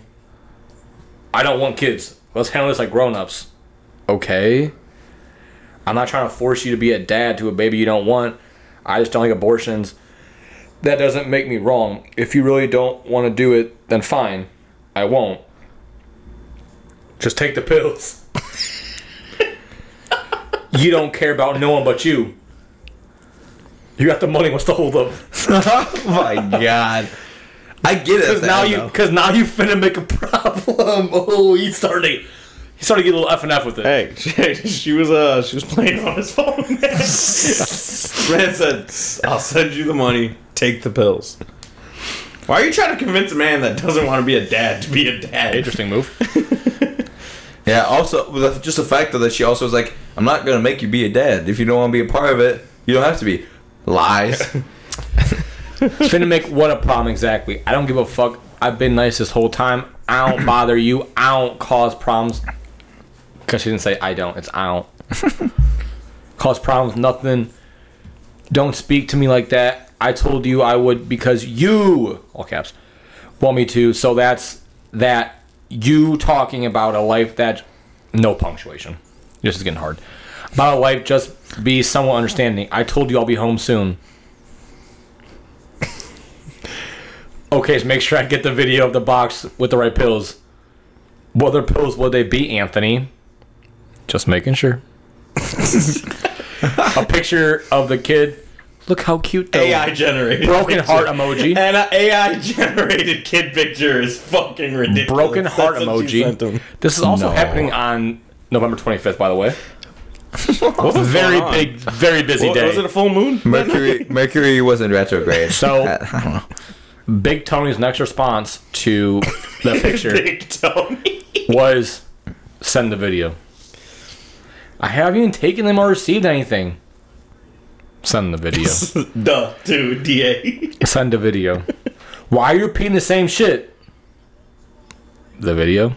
I don't want kids. Let's handle this like grown ups. Okay. I'm not trying to force you to be a dad to a baby you don't want. I just don't like abortions. That doesn't make me wrong. If you really don't want to do it, then fine. I won't. Just take the pills. you don't care about no one but you. You got the money. What's the holdup?
oh my god, I get it.
Because now you, because now you finna make a problem. Oh, he's starting. He's starting to get a little F and F with it.
Hey, she, she was uh she was playing on his phone. Man. man said, "I'll send you the money. Take the pills." Why are you trying to convince a man that doesn't want to be a dad to be a dad?
Interesting move.
Yeah, also, with the- just the fact though that she also was like, I'm not going to make you be a dad. If you don't want to be a part of it, you don't have to be. Lies.
finna make what a problem exactly. I don't give a fuck. I've been nice this whole time. I don't bother you. I don't cause problems. Cause she didn't say I don't. It's I don't cause problems. Nothing. Don't speak to me like that. I told you I would because you all caps want me to. So that's that. You talking about a life that no punctuation. This is getting hard. About a life, just be somewhat understanding. I told you I'll be home soon. okay, so make sure I get the video of the box with the right pills. What other pills would they be, Anthony? Just making sure. a picture of the kid. Look how cute though.
AI generated
Broken heart emoji.
and an AI generated kid picture is fucking ridiculous.
Broken heart
That's what she sent him.
emoji. This is also
No.
happening on November 25th, by the way.
What was
Very
going on?
big, very busy
What-
day.
Was it a full moon?
Mercury Mercury was in retrograde.
So-
I, I don't know.
Big Tony's next response to the picture
Big Tony.
was send the video. I haven't even taken them or received anything. Send the video.
Duh, dude, DA.
send the video. Why are you repeating the same shit? The video.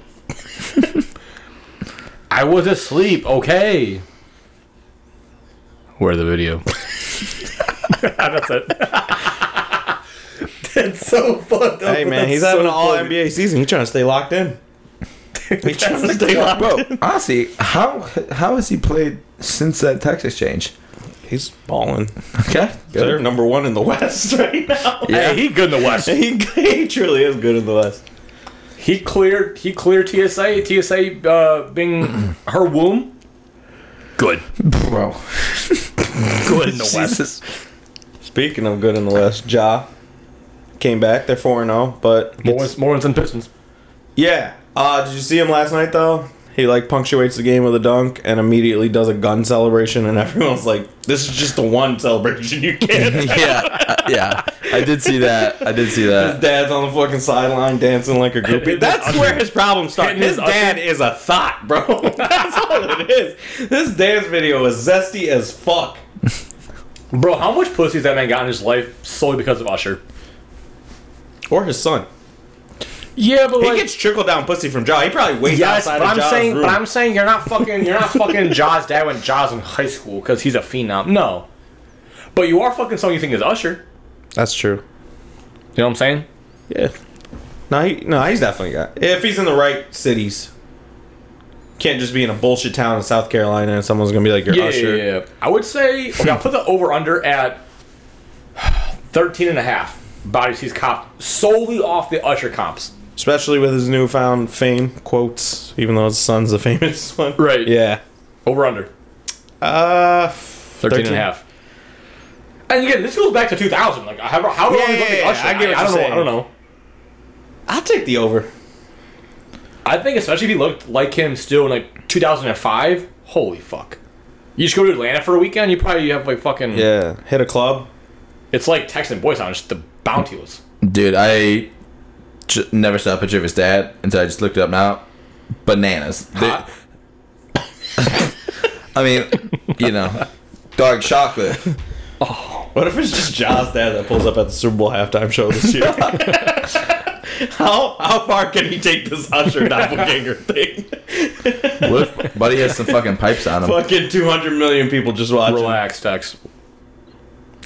I was asleep, okay. Where the video? That's it.
That's so fucked up.
Hey,
but
man,
that's
he's
so
having an all
funny.
NBA season. He's trying to stay locked in. He's trying to stay locked
Bro, honestly, how how has he played since that tax exchange?
He's balling.
Okay.
They're number one in the West right now.
Hey, he good in the West.
he, he truly is good in the West.
He cleared. He cleared TSA. TSA uh, being her womb. Good.
Bro.
Good in the
Jesus.
Speaking of good in the West, Ja came back. They're 4 0, but.
More ones, more ones than Pistons.
Yeah. Uh, did you see him last night, though? He, like, punctuates the game with a dunk and immediately does a gun celebration, and everyone's like, this is just the one celebration you get.
yeah, uh, yeah. I did see that. I did see
His
that.
dad's on the fucking sideline dancing like a groupie.
Hitting
That's
his
where
usher.
his problem started.
Hitting
His
his
dad is a thought, bro. That's all it is. This dance video is zesty as fuck.
Bro, how much pussy has that man got in his life solely because of Usher?
Or his son.
Yeah, but
He gets trickle down pussy from Jaw. He probably waits
yes,
outside
but
of
I'm
Jaw's
saying,
room.
but I'm saying you're not fucking, you're not fucking Jaws' dad when Jaws in high school because he's a phenom. No, but you are fucking someone you think is Usher.
That's true.
You know what I'm saying?
Yeah. No, he, no, he's definitely got. If he's in the right cities, can't just be in a bullshit town in South Carolina and someone's gonna be like, "You're
Yeah,
Usher."
yeah, yeah. I would say, okay, I'll put the over under at 13 and a half bodies he's copped solely off the Usher comps.
Especially with his newfound fame quotes, even though his son's the famous one.
Right.
Yeah.
Over under
Uh,
13, and a half. And again, this goes back to 2000. Like, how, how long is
Yeah, yeah,
it
yeah,
Usher?
I get
I, I
what you're
don't know.
saying.
I don't know.
I'll take the over.
I think especially if he looked like him still in like 2005. Holy fuck! You just go to Atlanta for a weekend. You probably have like fucking.
Yeah, hit a club.
It's like Texan boy sound. Just the bountiless.
Dude, I j- never saw a picture of his dad until I just looked it up now. Bananas. They-
Hot.
I mean, you know, dark chocolate.
What if it's just Jaws dad that pulls up at the Super Bowl halftime show this year? how how far can he take this Usher doppelganger thing?
What if Buddy has some fucking pipes on him?
Fucking two hundred million people just watching.
Relax, Tex.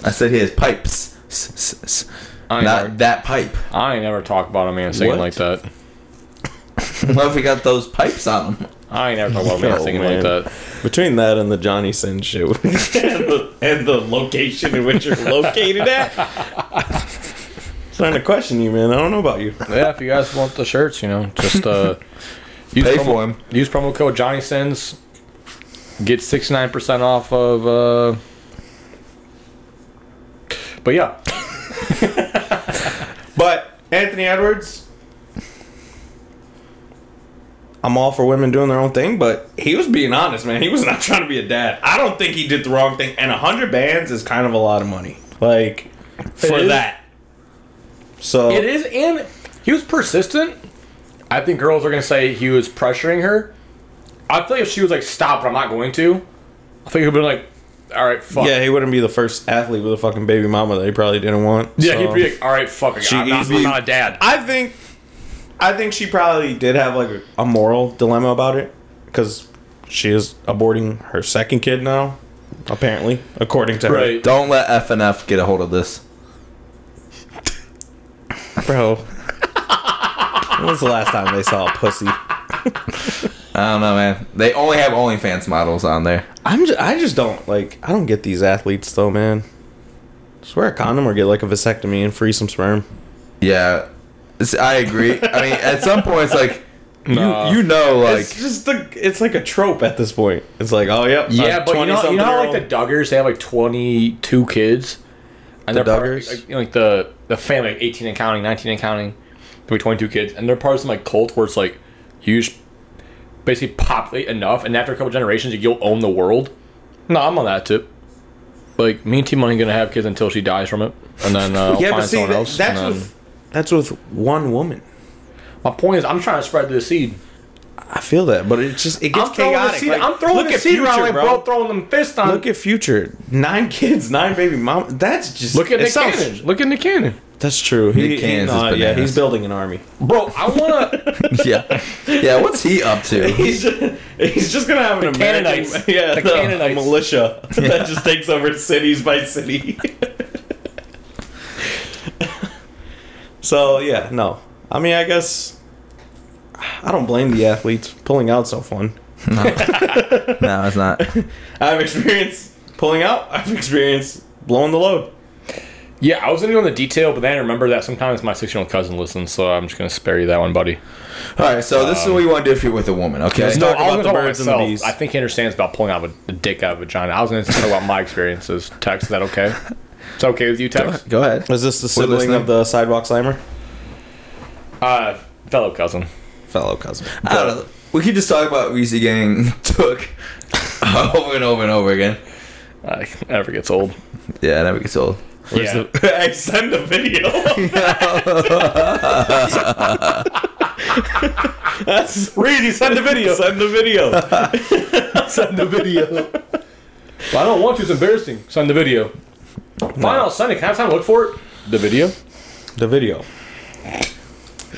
I said he has pipes. S- s- s-
I ain't, never,
Not that pipe.
I ain't never talk about a man singing
What?
like that.
What if he got those pipes on him?
I ain't never talk about a man
Oh,
singing
man.
like that.
Between that and the Johnny Sin shoot and, the, and the location in which you're located at, starting to question you, man. I don't know about you.
Yeah, if you guys want the shirts, you know, just uh, use
Pay
promo,
for 'em.
Use promo code Johnny Sins. Get sixty nine percent off of. uh But yeah,
But Anthony Edwards, I'm all for women doing their own thing, but he was being honest, man. He was not trying to be a dad. I don't think he did the wrong thing, and 100 bands is kind of a lot of money, like for
is.
that. So
it is, and he was persistent. I think girls are gonna say he was pressuring her. I feel like if she was like, "Stop," but I'm not going to. I think he'd be like, "All right, fuck."
yeah, he wouldn't be the first athlete with a fucking baby mama that he probably didn't want.
yeah,
so.
he'd be like, "All right, fuck." I- I'm, not,
easily-
I'm not a dad.
I think, I think she probably did have like a- a moral dilemma about it because she is aborting her second kid now, apparently, according to her.
Right.
Don't let FNF get a hold of this.
Bro. when was the last time they saw a pussy?
I don't know, man. They only have OnlyFans models on there.
I'm just, I just don't like I don't get these athletes though, man. Just wear a condom or get like a vasectomy and free some sperm.
Yeah, It's- I agree. I mean, at some point, it's like
Nah.
you you know, like
it's just the it's like a trope at this point. It's like, oh yep,
Yeah, but you know, you know how like the Duggars, they have like twenty two kids, and
The
they're part-
Duggars?
like, you know, like the the family, like eighteen and counting, nineteen and counting, there'll be twenty two kids, and they're part of some like cult where it's like you just basically populate enough, and after a couple generations, you'll own the world. No, I'm on that tip. Like me and T Money gonna have kids until she dies from it, and then uh, I'll
yeah,
find
but see,
someone
that-
else.
that's
and then-
with that's with one woman.
my point is, I'm trying to spread the seed.
I feel that, but it's just it gets
I'm throwing the
chaotic.
seed.
like,
I'm throwing
look
the
at
seed around
Future,
like
bro.
bro, throwing them fists on.
Look at future, nine kids, nine baby mom. That's just
Look at
it
Nick
sounds-
Cannon. Look at Nick Cannon.
That's true. He,
Nick
he-
Cannon's
nah,
is
yeah,
bananas.
he's building an army.
Bro, I wanna
yeah, yeah. What's he up to?
He's just, he's just gonna have an
The
American,
Canaanites.
yeah,
The
the,
Canaanites.
militia that just takes over cities by city. so yeah, no. I mean, I guess I don't blame the athletes. Pulling out's no fun.
No, it's not.
I've experienced pulling out. I've experienced blowing the load.
Yeah, I was gonna go into detail, but then I remember that sometimes my six year old cousin listens, so I'm just gonna spare you that one, buddy.
All right, so this is what you want to do if you're with a woman, okay?
Let's
No,
talk
I was
about
gonna
the
talk
birds and the
myself.
bees.
I think he understands about pulling out a, a dick out of a vagina. I was gonna talk about my experiences. Tex, is that okay? It's okay with you, Tex?
Go ahead,
Is this the sibling
listening.
of the sidewalk slammer?
Uh, fellow cousin.
Fellow cousin.
I don't know. We could just talk about Reese getting took over and over and over again.
Uh, never gets old.
Yeah, never gets old.
Where's
Yeah. I send a video. That's
Reezy, send the video.
Send the video.
send the video. I don't want to. It's embarrassing. Send the video. Fine, I'll send it. Can I have time to look for it? The video.
the video.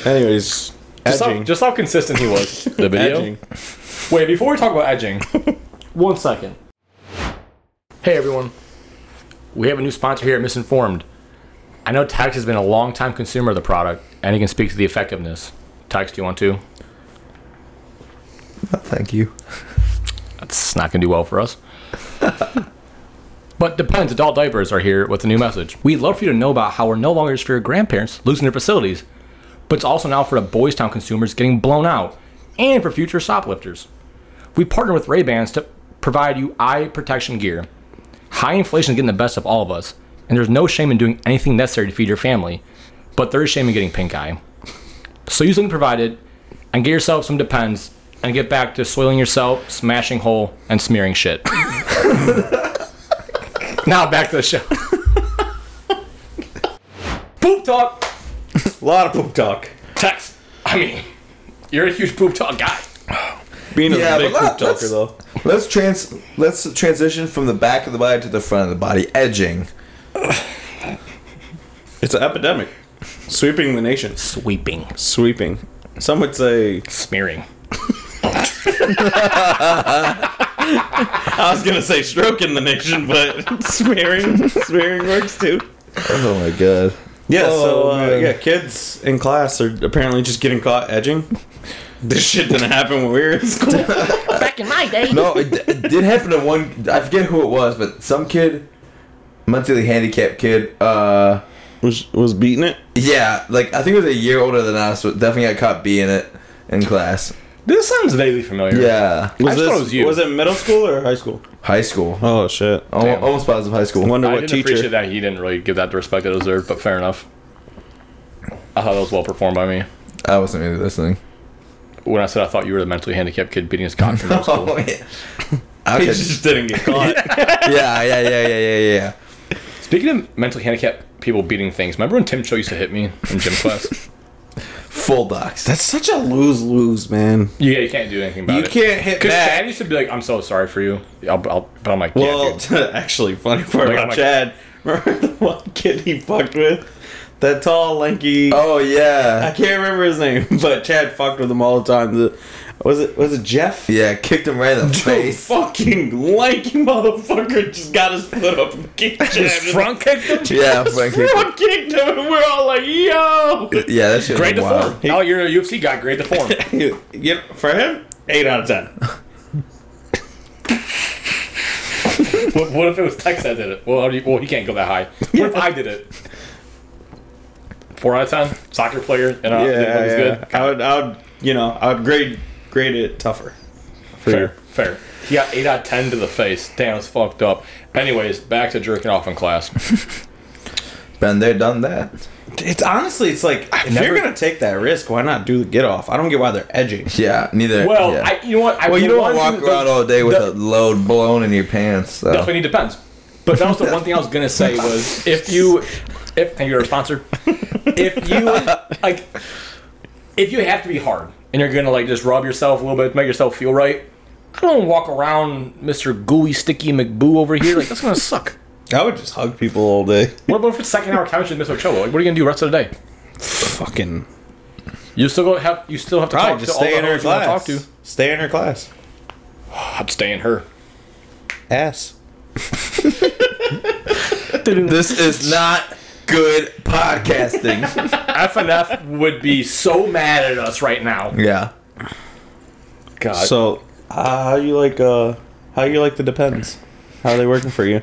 Anyways,
Just how,
edging.
just how consistent he was. The video.
edging.
Wait, before we talk about edging, one second. Hey everyone, we have a new sponsor here at Misinformed. I know Tax has been a long-time consumer of the product, and he can speak to the effectiveness. Tax, do you want to?
Oh, Thank you.
That's not going to do well for us. but Depends Adult Diapers are here with a new message. We'd love for you to know about how we're no longer just for your grandparents losing their facilities, but it's also now for the Boys Town consumers getting blown out and for future shoplifters. We partner with Ray-Bans to provide you eye protection gear. High inflation is getting the best of all of us, and there's no shame in doing anything necessary to feed your family, but there is shame in getting pink eye. So use something provided and get yourself some Depends and get back to soiling yourself, smashing hole, and smearing shit. now back to the show. poop talk.
A lot of poop talk.
Text. I mean, you're a huge poop talk guy.
Being
Yeah,
a big
but
poop
let-
talker
let's-
though.
Let's trans let's transition from the back of the body to the front of the body, edging.
It's an epidemic, sweeping the nation.
Sweeping.
Sweeping. Some would say.
Smearing.
I was gonna say stroking the nation, but smearing, smearing works too.
Oh my god.
Yeah, so
Oh,
uh,
man.
yeah, kids in class are apparently just getting caught edging. This shit didn't happen when we were in school.
Back in my day.
No, it, d- it did happen to one. I forget who it was, but some kid, mentally handicapped kid. Uh,
was was beating it.
yeah, like I think it was a year older than us. But definitely got caught being it in class.
This sounds vaguely familiar.
Yeah,
just
Was this
thought it was you.
was it middle school or high school?
high school.
Oh shit!
Al-
damn.
Almost positive high school.
Wonder
I
what
didn't appreciate
teacher.
that he didn't really give that the respect it deserved, but fair enough. I thought that was well performed by me.
I wasn't really listening.
When I said I thought you were the mentally handicapped kid beating his cock in middle school.
Oh, yeah. Okay.
He just didn't get caught.
yeah, yeah, yeah, yeah, yeah, yeah.
Speaking of mentally handicapped people beating things, remember when Tim Cho used to hit me in gym class?
Full docs.
That's such a lose lose, man.
yeah, you can't do anything about
You
it.
can't hit
Because
that.
Chad used to be like, "I'm so sorry for you," I'll, I'll, but I'm like, "Yeah,
Well,
dude."
actually, funny part
Like,
about
I'm like-
Chad. Remember the one kid he fucked with? That tall, lanky.
Oh yeah,
I can't remember his name, but Chad fucked with him all the time. The, was it was it Jeff?
yeah. Kicked him right in the face.
Fucking lanky motherfucker just got his foot up and kicked
His front kicked him.
Yeah, Frank.
Front kicked him, and we're all like, yo.
Yeah, that shit.
Grade
was
to
wild.
form. Now you're a UFC guy. Grade to form.
Yep, for him, eight out of ten.
what, what if it was Tex that did it? Well, how do you, well, he can't go that high. What if I did it? Four out of ten. Soccer player. And, uh,
Yeah,
didn't look as
yeah.
good.
I would, I would, you know, I would grade grade it tougher.
Fair, fair. He got eight out of ten to the face. Damn, it's fucked up. Anyways, back to jerking off in class.
Been there, done that.
It's honestly, it's like if
never-
you're gonna take that risk, why not do the get off? I don't get why they're edging.
Yeah, neither.
Well,
yeah.
I, you know what? I
well, you don't
wanted
walk
to-
around all day with
the-
a load blown in your pants. So.
That's what he depends. But that was the one thing I was gonna say was if you, if and you're a sponsor, if you like, if you have to be hard and you're gonna like just rub yourself a little bit, to make yourself feel right. I don't walk around, Mr. Gooey Sticky McBoo over here. Like that's gonna suck.
I would just hug people all day.
What about if it's second hour couch with Miss Ochoa? Like, what are you gonna do rest of the day?
Fucking
You still go have you still have to
probably
talk
just
to all
stay
the
in her
hoes you wanna talk
class.
to.
Stay in her class.
I'd stay in her.
Ass.
this is not good podcasting.
FNF would be so mad at us right now.
yeah.
God.
So, uh, how you like? uh How you like the depends? How are they working for you?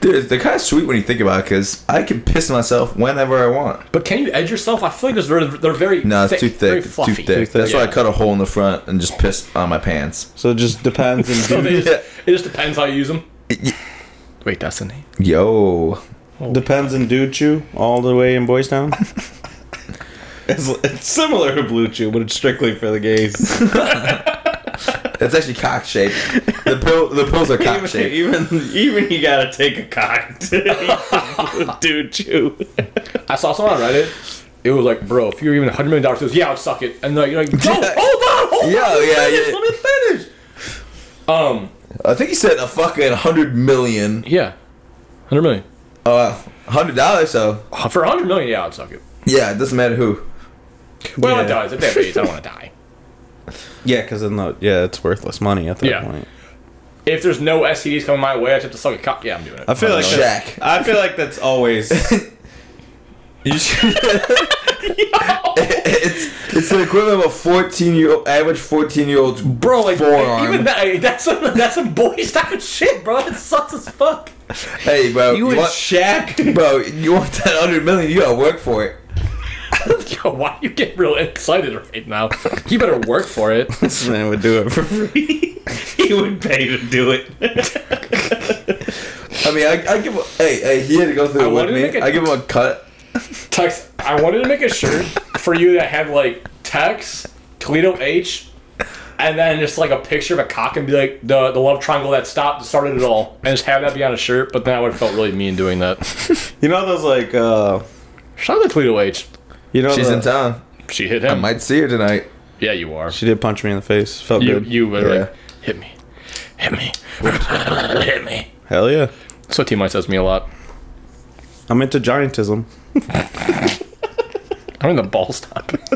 Dude, they're kind of sweet when you think about it because I can piss myself whenever I want.
but can you edge yourself? I feel like there's very, they're very
No, it's
thick,
too
very
thick. It's too
fluffy.
thick. That's why I
Yeah.
cut a hole in the front and just piss on my pants.
So it just depends. And
So they just-
Yeah.
It just depends how you use them. Wait, that's the name.
Yo.
Depends and Dude Chew all the way in Boys Town. it's, it's similar to Blue Chew, but it's strictly for the gays.
It's actually cock shaped. The pill, the pills are cock
even,
shaped.
even even you gotta take a cock to Dude Chew.
I saw someone on Reddit. It was like, bro, if you're even $100 million, it was, yeah, I'd suck it. And like, you're like, no, hold on, hold on.
Yeah,
let me
yeah,
finish,
yeah.
Let me finish. Um,
I think he said a fucking hundred million.
yeah. 100 million.
Uh, hundred dollars. So
uh, For 100 million, yeah, I'd suck it.
yeah, it doesn't matter who.
Well, it
Yeah.
does. If they have AIDS, I don't want to die.
Yeah, because then the yeah, it's worthless money at that
Yeah.
point.
If there's no STDs coming my way, I just have to suck a cock. Yeah, I'm doing it.
I feel like
Shaq.
that's- I feel like that's always
You should. it's it's the equivalent of a fourteen year old average fourteen year old's
Bro, like
forearm.
even that, like, that's some that's some boys type shit, bro. That sucks as fuck.
hey, bro, you,
and
want
Shaq.
bro, you want that hundred million? You gotta work for it.
Yo, why you get real excited right now? You better work for it.
This man would do it for free. he would pay to do it.
I mean, I, I give. A, hey, hey, he had to go through
I
it
wanted
with
to make
me.
a-
I give him a cut.
Tux, I wanted to make a shirt for you that had like Tex, Toledo H, and then just like a picture of a cock and be like the the love triangle that stopped started it all, and just have that be on a shirt. But then I would have felt really mean doing that.
You know those like uh
Shout out to Toledo H.
you know
She's
the-
in town.
She hit him.
Might see her tonight.
Yeah, you are.
She did punch me in the face. Felt
You
good.
you were like
Yeah.
hit me, hit me, hit me.
Hell yeah.
That's what T-Mite says to me a lot.
I'm into giantism.
I'm in the ball stop.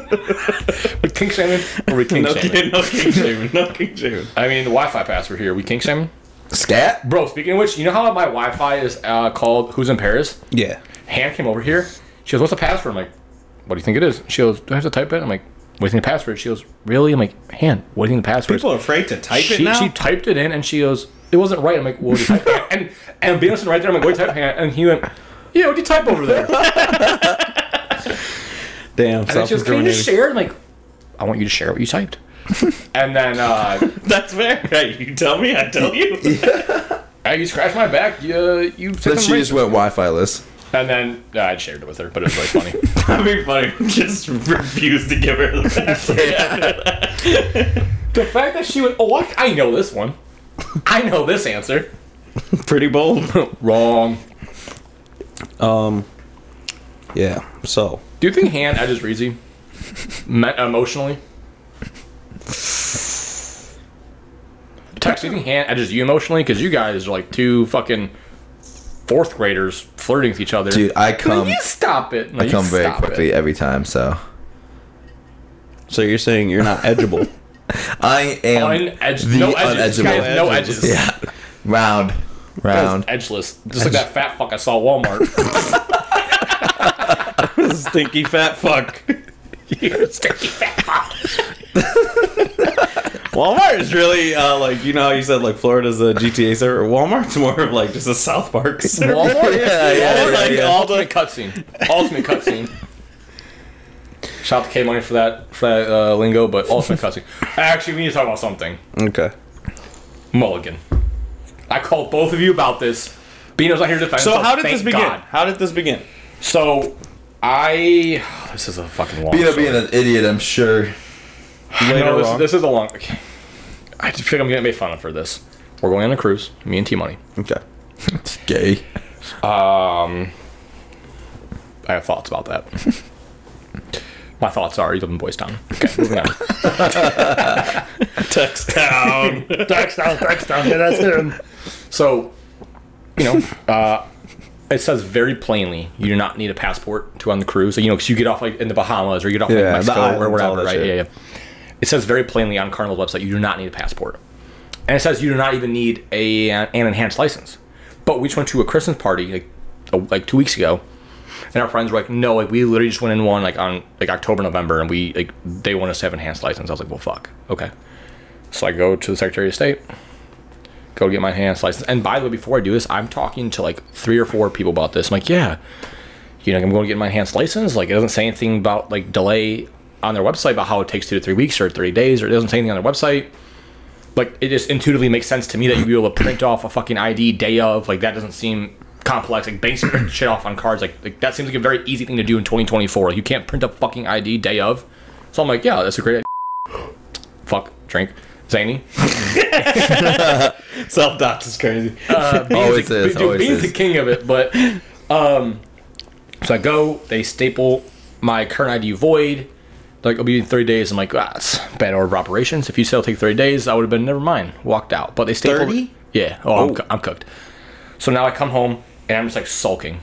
we kink shaming or we kink shaming?
no king shaming, no king shaming.
I mean, the Wi-Fi password here. We kink shaming?
Scat.
Bro, speaking of which, you know how my Wi-Fi is uh, called Who's in Paris?
Yeah.
Hannah came over here. She goes, what's the password? I'm like, what do you think it is? She goes, do I have to type it? I'm like, what do you think the password? is?" She goes, really? I'm like, Han, what do you think the password is?
People are afraid to type it
she,
now.
she typed it in and she goes, it wasn't right. I'm like, what did you type? and and Benson right there, I'm like, what did you type? Hannah? And he went, yeah, what did you type over there?
Damn,
And then she goes, can you just share it? I'm like, I want you to share what you typed. and then uh,
That's fair. Right, you tell me, I tell you.
Hey, you scratched my back. You, uh, you took
Then she just went Wi-Fi less.
And then uh, I shared it with her, but it was really funny.
That'd be funny. Just refuse to give her the password.
the fact that she went, oh, I, I know this one. I know this answer.
Pretty bold.
Wrong.
Um. Yeah. So
Do you think Han edges Reezy Me- emotionally? Tex, do you think Han edges you emotionally? Because you guys are like two fucking fourth graders flirting with each other.
Dude, I
No,
come.
you stop it. No,
I
you
come very
stop it.
quickly every time. So
So you're saying you're not edgeable?
I am
Unedge-
the
no edges.
unedgeable.
Guys, no
Unedgeable.
edges.
Yeah. Round. Round.
edgeless. Just like that fat fuck I saw at Walmart.
Stinky fat fuck.
You're a sticky fat fuck.
Walmart is really uh, like you know how you said like Florida's a GTA server. Walmart's more of like just a South Park server.
Walmart?
Yeah, yeah,
Walmart,
yeah,
like,
yeah.
Ultimate cutscene. Ultimate cutscene. Shout out to K Money for that for that uh, lingo, but also cussing. Actually, we need to talk about something.
Okay.
Mulligan. I called both of you about this. Bino's not here to defend.
So how did
thank
this begin?
God.
How did this begin?
So I. This is a fucking long.
Being,
story.
being an idiot, I'm sure.
No,
Later
this,
on.
this is a long. I just feel like I'm getting made fun of for this. We're going on a cruise. Me and T Money.
Okay.
It's gay.
I have thoughts about that. My thoughts are he's up in Boys Town. Okay, moving on.
Text down.
Dark Town, Dark Town. Yeah, that's him. So, you know, uh, it says very plainly you do not need a passport to on the cruise. So, you know, because you get off like in the Bahamas or you get off like,
Yeah, the
Mexico or
islands, all
wherever,
that
right?
shit.
Yeah, yeah. It says very plainly on Carnival's website you do not need a passport, and it says you do not even need a an enhanced license. But we just went to a Christmas party like a, like two weeks ago. And our friends were like, no, like we literally just went in one like on like October, November, and we like they want us to have enhanced license. I was like, well, fuck, okay. So I go to the Secretary of State, go get my enhanced license. And by the way, before I do this, I'm talking to like three or four people about this. I'm like, yeah, you know, I'm going to get my enhanced license. Like, it doesn't say anything about like delay on their website about how it takes two to three weeks or 30 days, or it doesn't say anything on their website. Like, it just intuitively makes sense to me that you'd be able to print off a fucking ID day of. Like, that doesn't seem complex. Like, banks print shit off on cards. Like, like, that seems like a very easy thing to do in 2024. Like, you can't print a fucking ID day of. So I'm like, yeah, that's a great idea. Fuck, drink. Zany.
Self dots is crazy.
Uh, Bean's
Always
the,
is,
dude,
always is.
Bean's the king of it, but um, so I go, they staple my current ID void. Like it'll be in 30 days. I'm like, ah, it's bad order of operations. If you still take 30 days, I would have been never mind. Walked out, but they stapled.
30?
Yeah. Oh, I'm, coo- I'm cooked. So now I come home and I'm just like sulking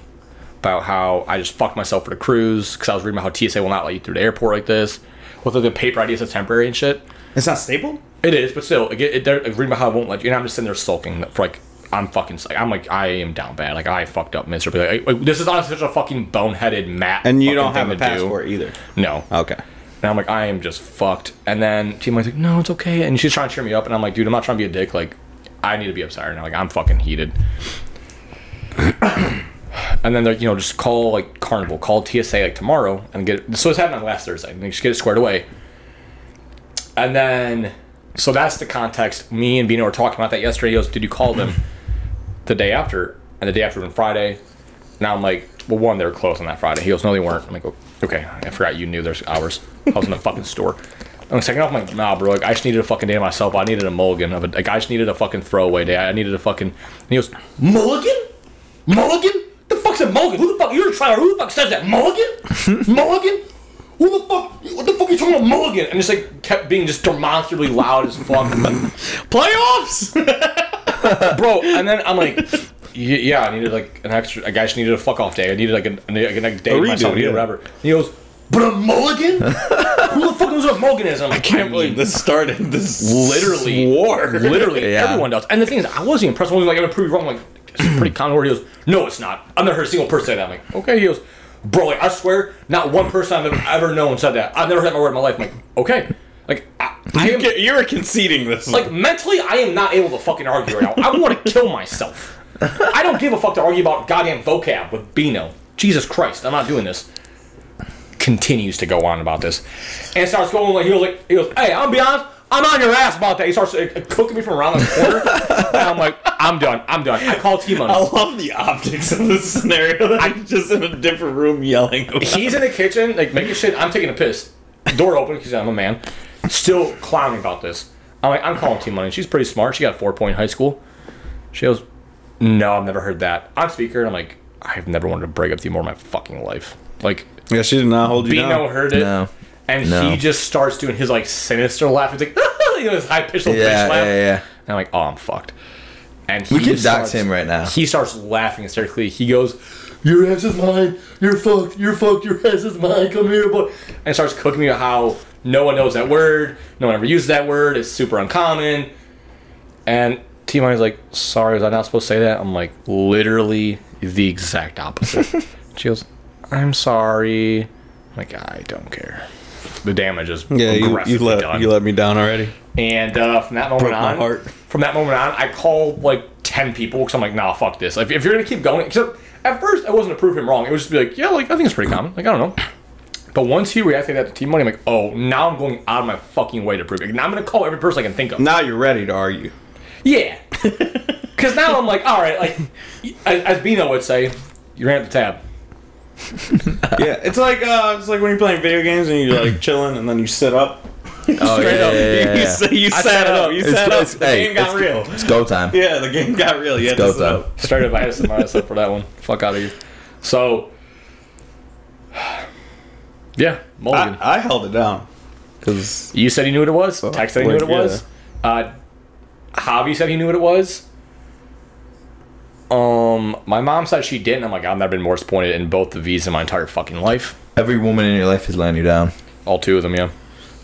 about how I just fucked myself for the cruise because I was reading about how TSA will not let you through the airport like this. With like, the paper ID that's temporary and shit.
It's not stapled.
It is, but still, it, it, they're reading about how it won't let you. And I'm just sitting there sulking for like, I'm fucking, like, I'm like, I am down bad. Like, I fucked up miserably. Like, like, this is honestly such a fucking boneheaded mat.
And you
fucking
don't have a
thing to do.
passport either.
No.
Okay.
And I'm like, I am just fucked. And then T Money's like, no, it's okay. And she's trying to cheer me up. And I'm like, dude, I'm not trying to be a dick. Like, I need to be upset right now. Like, I'm fucking heated. and then they're, you know, just call like Carnival, call TSA like tomorrow and get it. So it's happened on last Thursday. And they just get it squared away. And then, so that's the context. Me and Bino were talking about that yesterday. He goes, did you call them the day after? And the day after would been Friday. Now I'm like, well, one, they were closed on that Friday. He goes, no, they weren't. I'm like, okay, I forgot you knew there's hours. I was in the fucking store. I'm like, second off, I'm like, nah, bro. Like, I just needed a fucking day to myself. I needed a mulligan. Of a, like, I just needed a fucking throwaway day. I needed a fucking. And he goes, mulligan, mulligan. The fuck's a mulligan? Who the fuck? You're a trier. Who the fuck says that? Mulligan, mulligan. Who the fuck? What the fuck are you talking about mulligan? And just like kept being just demonstrably loud as fuck.
Playoffs.
bro. And then I'm like, y- yeah, I needed like an extra. I just needed a fuck off day. I needed like an, an, like, an, a day to
redo,
myself. I needed
yeah.
whatever. And he goes, but a mulligan? Who the fuck knows what a mulligan is? And I'm like, I
Can't believe this started. This
Literally.
war.
Literally,
Yeah.
everyone does. And the thing is, I wasn't impressed. I was like, I'm gonna prove you wrong. I'm like, it's pretty common word. He goes, no, it's not. I've never heard a single person say that. I'm like, okay. He goes, bro, like, I swear, not one person I've ever, ever known said that. I've never heard that word in my life. I'm like, okay. Like, I, I
You
am
ca- You're conceding this.
like mentally, I am not able to fucking argue right now. I want to kill myself. I don't give a fuck to argue about goddamn vocab with Bino. Jesus Christ, I'm not doing this. Continues to go on about this, and starts going like he was like he goes, "Hey, I'll be honest, I'm on your ass about that." He starts uh, cooking me from around the corner, and I'm like, "I'm done, I'm done." I call T
I
Money.
love the optics of this scenario. I'm just in a different room yelling.
He's in the kitchen, like making shit. I'm taking a piss. Door open because I'm a man. Still clowning about this. I'm like, I'm calling T Money. She's pretty smart. She got a four point high school. She goes, No, I've never heard that. On speaker, and I'm like, I've never wanted to break up with you more in my fucking life. Like,
Yeah, she did not hold you
Bino
down.
heard it.
No.
And
No.
he just starts doing his like sinister laugh. It's like, you know, his high pitched little
Yeah,
bitch laugh.
yeah, yeah.
And I'm like, oh, I'm fucked. And
We
he
can
just
dox him right now.
He starts laughing hysterically. He goes, "Your ass is mine. You're fucked. You're fucked. Your ass is mine. Come here, boy." And starts cooking me how no one knows that word. No one ever uses that word. It's super uncommon. And T Money's like, "Sorry, was I not supposed to say that?" I'm like, literally the exact opposite. she goes, "I'm sorry." I'm like, I don't care. The damage is
Yeah, you, you
aggressively
let
done.
you let me down already.
And uh, from that moment
Broke my
on,
heart.
from that moment on, I called like ten people because I'm like, nah, fuck this. If, if you're gonna keep going, except at first I wasn't to prove him wrong. It was just be like, yeah, like I think it's pretty common. Like I don't know. But once he reacted that to team money, I'm like, oh, now I'm going out of my fucking way to prove it. Now I'm gonna call every person I can think of.
Now you're ready to argue.
Yeah. Because now I'm like, all right, like, as as Bino would say, you ran up the tab.
Yeah, it's like uh, it's like when you're playing video games and you're like chilling and then you sit up.
Oh,
Straight
yeah,
up.
yeah, yeah,
You,
yeah.
sat- you
I
sat
sat
up.
up.
You
It's-
sat up.
it's-
the
hey,
game got real.
It's go time.
Yeah, the game got real. Yeah,
go
this is
time.
up.
Started by us and myself for that one. Fuck out of here. So, yeah, Mulligan.
I, I held it down because
you said he knew what it was. Tex said he knew what it
yeah.
was. Uh, Javi said he knew what it was. Um, my mom said she didn't. I'm like, I've never been more disappointed in both the V's in my entire fucking life.
Every woman in your life is letting you down.
All two of them, yeah.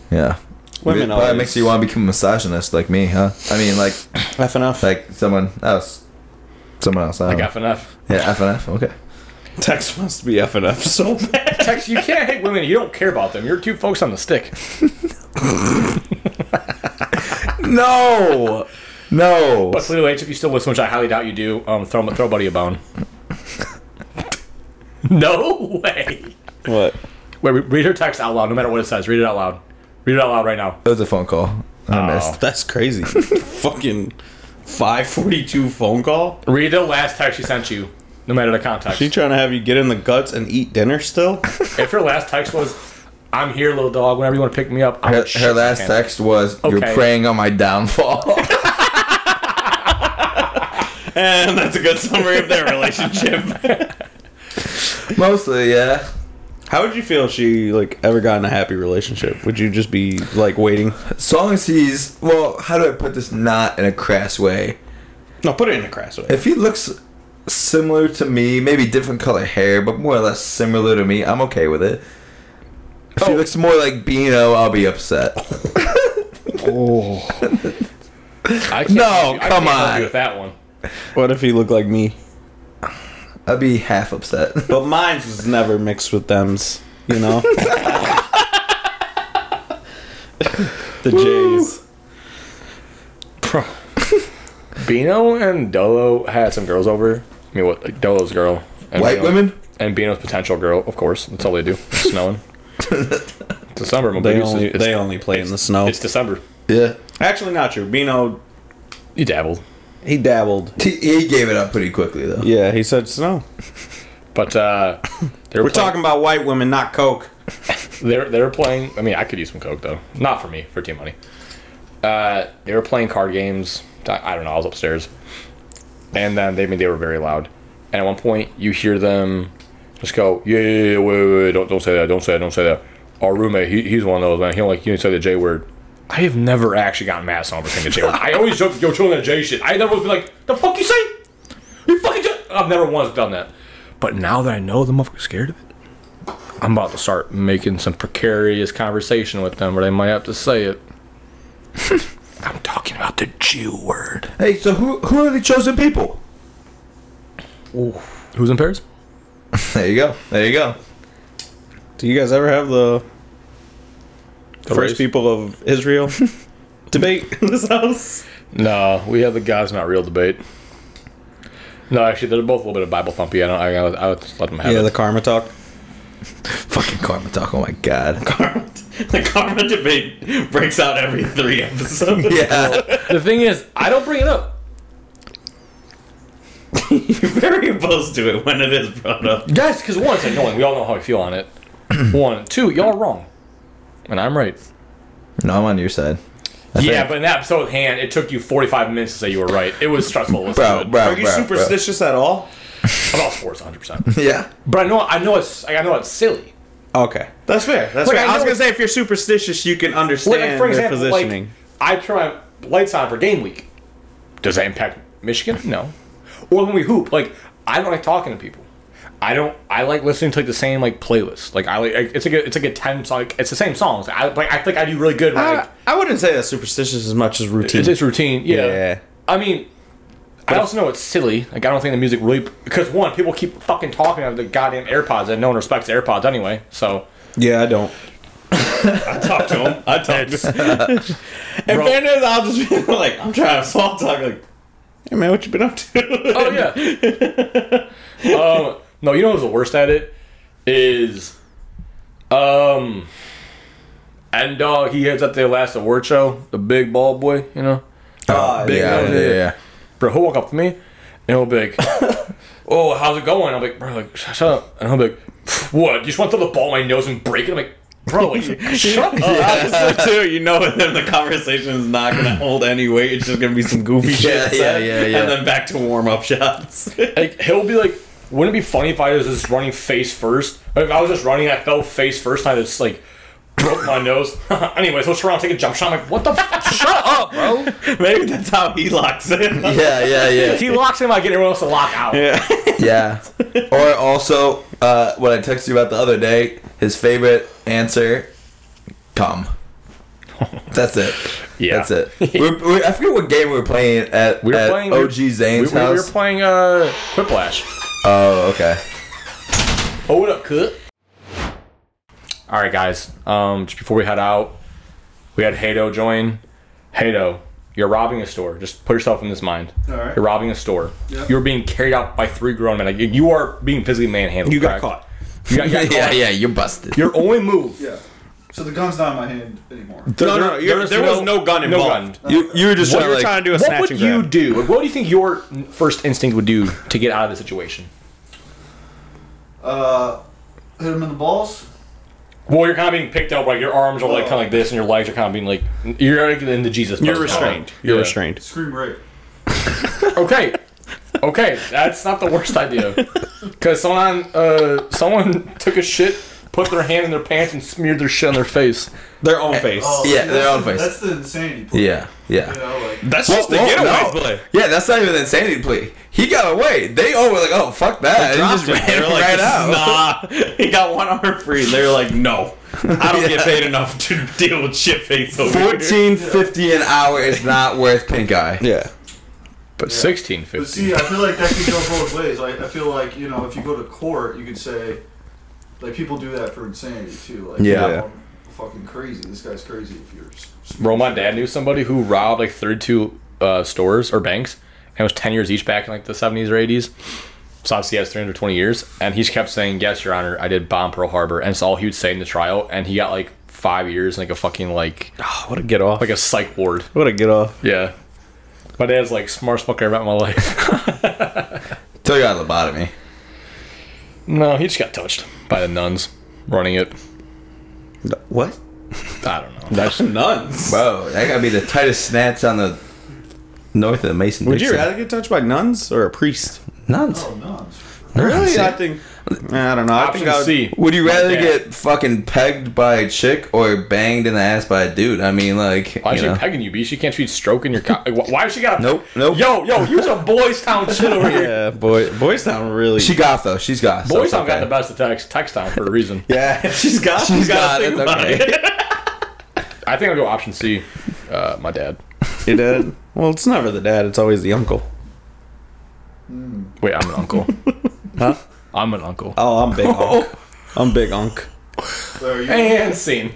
Yeah.
Women
Probably
always-
makes you want to become a misogynist like me, huh? I mean, like,
F enough.
like someone else. Someone else. I
Like
don't know.
F and F.
Yeah, F and F. Okay.
Tex wants to be F enough so bad.
Tex, you can't hate women. You don't care about them. You're too focused on the stick.
No. No.
But Lilo H, if you still listen, which I highly doubt you do, um, throw throw Buddy a bone. no way.
What?
Wait, re- read her text out loud, no matter what it says. Read it out loud. Read it out loud right now.
It was a phone call.
Oh,
I missed.
That's crazy. Fucking five forty two phone call.
Oh. Read the last text she sent you, no matter the context.
She trying to have you get in the guts and eat dinner still?
if her last text was, "I'm here, little dog. Whenever you want to pick me up," I'm
Her,
like,
her
"Shit,
last
man."
text was, "You're
Okay.
preying on my downfall."
and that's a good summary of their relationship.
Mostly, yeah.
How would you feel if she like ever got in a happy relationship? Would you just be like waiting?
As long as he's well, how do I put this? Not in a crass way.
No, put it in a crass way.
If he looks similar to me, maybe different color hair, but more or less similar to me, I'm okay with it. If
Oh.
he looks more like Beano, I'll be upset.
Oh.
I can't
No,
help you- I
come
can't help you
on.
With that one,
What if he looked like me?
I'd be half upset.
But mine's was never mixed with them's, you know? the J's.
Bino and Dolo had some girls over. I mean, what like Dolo's girl, and
White
Bino-
women?
and Bino's potential girl, of course. That's all they do. It's snowing. It's December. My
They
baby's-
only
it's,
they only play in the snow.
it's December.
Yeah.
Actually not true. Bino
You dabbled.
he dabbled.
He, he gave it up pretty quickly though.
Yeah, he said snow.
But uh, they were,
We're talking about white women, not coke.
They were, they were playing. I mean, I could use some coke though. Not for me. For team money. Uh, they were playing card games. I I don't know. I was upstairs, and then they I mean they were very loud. And at one point, you hear them just go, "Yeah, yeah, yeah, wait, wait, wait, don't, don't say that, don't say that, don't say that." Our roommate, he, he's one of those man. He like you say the J word. I have never actually gotten mad at someone for saying the J word. I always joke, "Yo, chilling that J shit." I never was like, "The fuck you say?" You fucking. J-" I've never once done that. But now that I know the motherfucker's scared of it. I'm about to start making some precarious conversation with them, where they might have to say it. I'm talking about the Jew word.
Hey, so who who are the chosen people?
Who's in Paris?
There you go. There you go.
Do you guys ever have the first people of Israel debate in this house?
No, we have the God's not real debate. No, actually, they're both a little bit of Bible thumpy. I don't. I, I, I would just let them have
Yeah,
it.
the karma talk.
Fucking karma talk. Oh my god.
Karma, the karma debate breaks out every three episodes.
Yeah.
The thing is, I don't bring it up.
You're very opposed to it when it is brought up.
Yes, because one, it's annoying. We all know how I feel on it. one, two, y'all are wrong, and I'm right.
no, I'm on your side.
yeah,
think-
but in that episode at hand, it took you 45 minutes to say you were right. It was stressful. listening to
Bro,
it.
bro,
Are you
bro,
superstitious at all?
I'm all sports 100. percent
Bro. Yeah.
But I know, I know it's, I know it's silly.
Okay, that's fair. That's
Like,
fair.
I
I, was
know-
gonna say if you're superstitious, you can
Like,
understand
like, for example,
their positioning.
like I turn my lights on for game week. Does that impact Michigan? No. Or when we hoop, like I don't like talking to people. I don't. I like listening to like the same like playlist. Like I like like, it's like a it's like a ten song. Like, it's the same songs. I like I think I do really good. When, like,
I, I wouldn't say that's superstitious as much as routine.
it's just routine. Yeah.
Yeah.
I mean, I also know it's silly. Like I don't think the music really because one people keep fucking talking about the goddamn AirPods and no one respects AirPods anyway. So
yeah, I don't. I talk to him. I talk to him. and
Bro.
fairness, I'll just be like, I'm trying to small talk. Like, hey man, what you been up to?
Oh yeah. Oh, um, no, you know who's the worst at it is Um, and dog, he heads up there last award show. The big bald boy, you know.
Uh,
big
yeah,
guy.
yeah, yeah.
Bro, he'll walk up to me and he'll be like, "Oh, how's it going?" I'm like, "Bro, like, sh- shut up." And he'll be like, "What? You just want to throw the ball in my nose and break it?" I'm like, "Bro, like, shut up."
Oh,
too, you know, then the conversation is not going to hold any weight. It's just going to be some goofy
Yeah,
shit. said,
yeah, yeah, yeah.
And then back to warm up shots.
Like, he'll be like, "Wouldn't it be funny if I was just running face first? Like, if I was just running, I fell face first, and I just like." Broke my nose. Anyways, he'll turn around, and take a jump shot. I'm like, what the? F-? Shut up, bro.
Maybe that's how he locks in.
Yeah, yeah, yeah.
He locks him. I get everyone else to lock out.
Yeah. Or also, uh, what I texted you about the other day, his favorite answer, come. That's it.
Yeah.
That's it. We're, we I forget what game we were playing at,
We were
at
playing
OG
We, we,
Zane's
we were
house.
playing uh, Quiplash.
oh, okay.
Hold up, cut. All right, guys. Um, just before we head out, we had Hato join. Hato, you're robbing a store. Just put yourself in this mind. All
right.
You're robbing a store. You're being carried out by three grown men. Like, you are being physically manhandled.
You got
correct?
caught.
You got, you got
yeah,
caught.
yeah, you're busted.
Your only move.
Yeah. So the gun's not in my hand anymore.
no, no,
there-
you're-
there's
there was
no-
no gun
no
involved.
you, you were just
What
trying to,
you're
like,
trying to do is
What
snatch
would
and
you
grab.
do? Like, what do you think your first instinct would do to get out of the situation?
Uh, hit him in the balls.
Well, you're kind of being picked up, like your arms are like kind of like this, and your legs are kind of being like you're like in the Jesus.
Oh. You're
pose.
restrained. You're
Yeah.
restrained.
Scream rape.
Okay, okay, that's not the worst idea. Because someone uh, someone took a shit, put their hand in their pants, and smeared their shit on their face.
Their own face.
Oh,
Yeah,
see,
they're
that's
on
the-
face.
That's the insanity. Part,
Yeah, yeah.
You know, like
That's
Well,
just the
well,
getaway
no.
play.
Yeah, that's not even an insanity plea. He got away. They all were like, oh, fuck that. And he just
Dropped it.
ran
They were like,
right
"This is
out.
Nah, he got one arm free. They're like, no, I don't get paid enough to deal with shit face over here."
1450 an hour is not worth pink eye.
Yeah.
But sixteen
But
fifty.
see, I feel like that could go both ways. Like, I feel like you know, if you go to court, you could say, like, people do that for insanity too. Like,
Yeah.
you know, fucking crazy. This guy's crazy. If you're, s- s-
Bro, my dad knew somebody who robbed like thirty-two uh, stores or banks, and it was ten years each back in like the seventies or eighties. So obviously he has 320 years, and he just kept saying, "Yes, Your Honor, I did bomb Pearl Harbor," and it's all he would say in the trial, and he got like five years, and like a fucking like
what a get off.
like a psych ward.
what a get off.
Yeah. My dad's like smartest fucker about my life.
Till you got a lobotomy.
No, he just got touched by the nuns running it.
What?
I don't know.
That's
nuns.
Bro, that gotta be the tightest snatch on the north of the Mason
Would you rather get touched by nuns or a priest?
nuns?
oh nuns.
Really?
See?
I think. I don't know. I
Option
think I would,
C.
Would you rather
dad.
get fucking pegged by a chick or banged in the ass by a dude? I mean, like,
Why is
you
she
know.
pegging you, B? She can't treat stroke in your cock. Like, wh- Why is she got
Nope, nope.
Yo, yo, use a boys town shit over here.
Yeah, boy. Boys Town really.
she goth though. She's goth. so
Boys
it's
town got
okay.
the best of text text town for a reason.
yeah.
She's got.
She's
She's got.
goth. That's okay.
I think I'll go option C. Uh, my dad.
Your dad. Well, it's never the dad. It's always the uncle.
Wait, I'm an uncle.
Huh?
I'm an
Uh,
uncle.
Oh, I'm big. Unk. I'm big. Unk.
Are you,
And scene.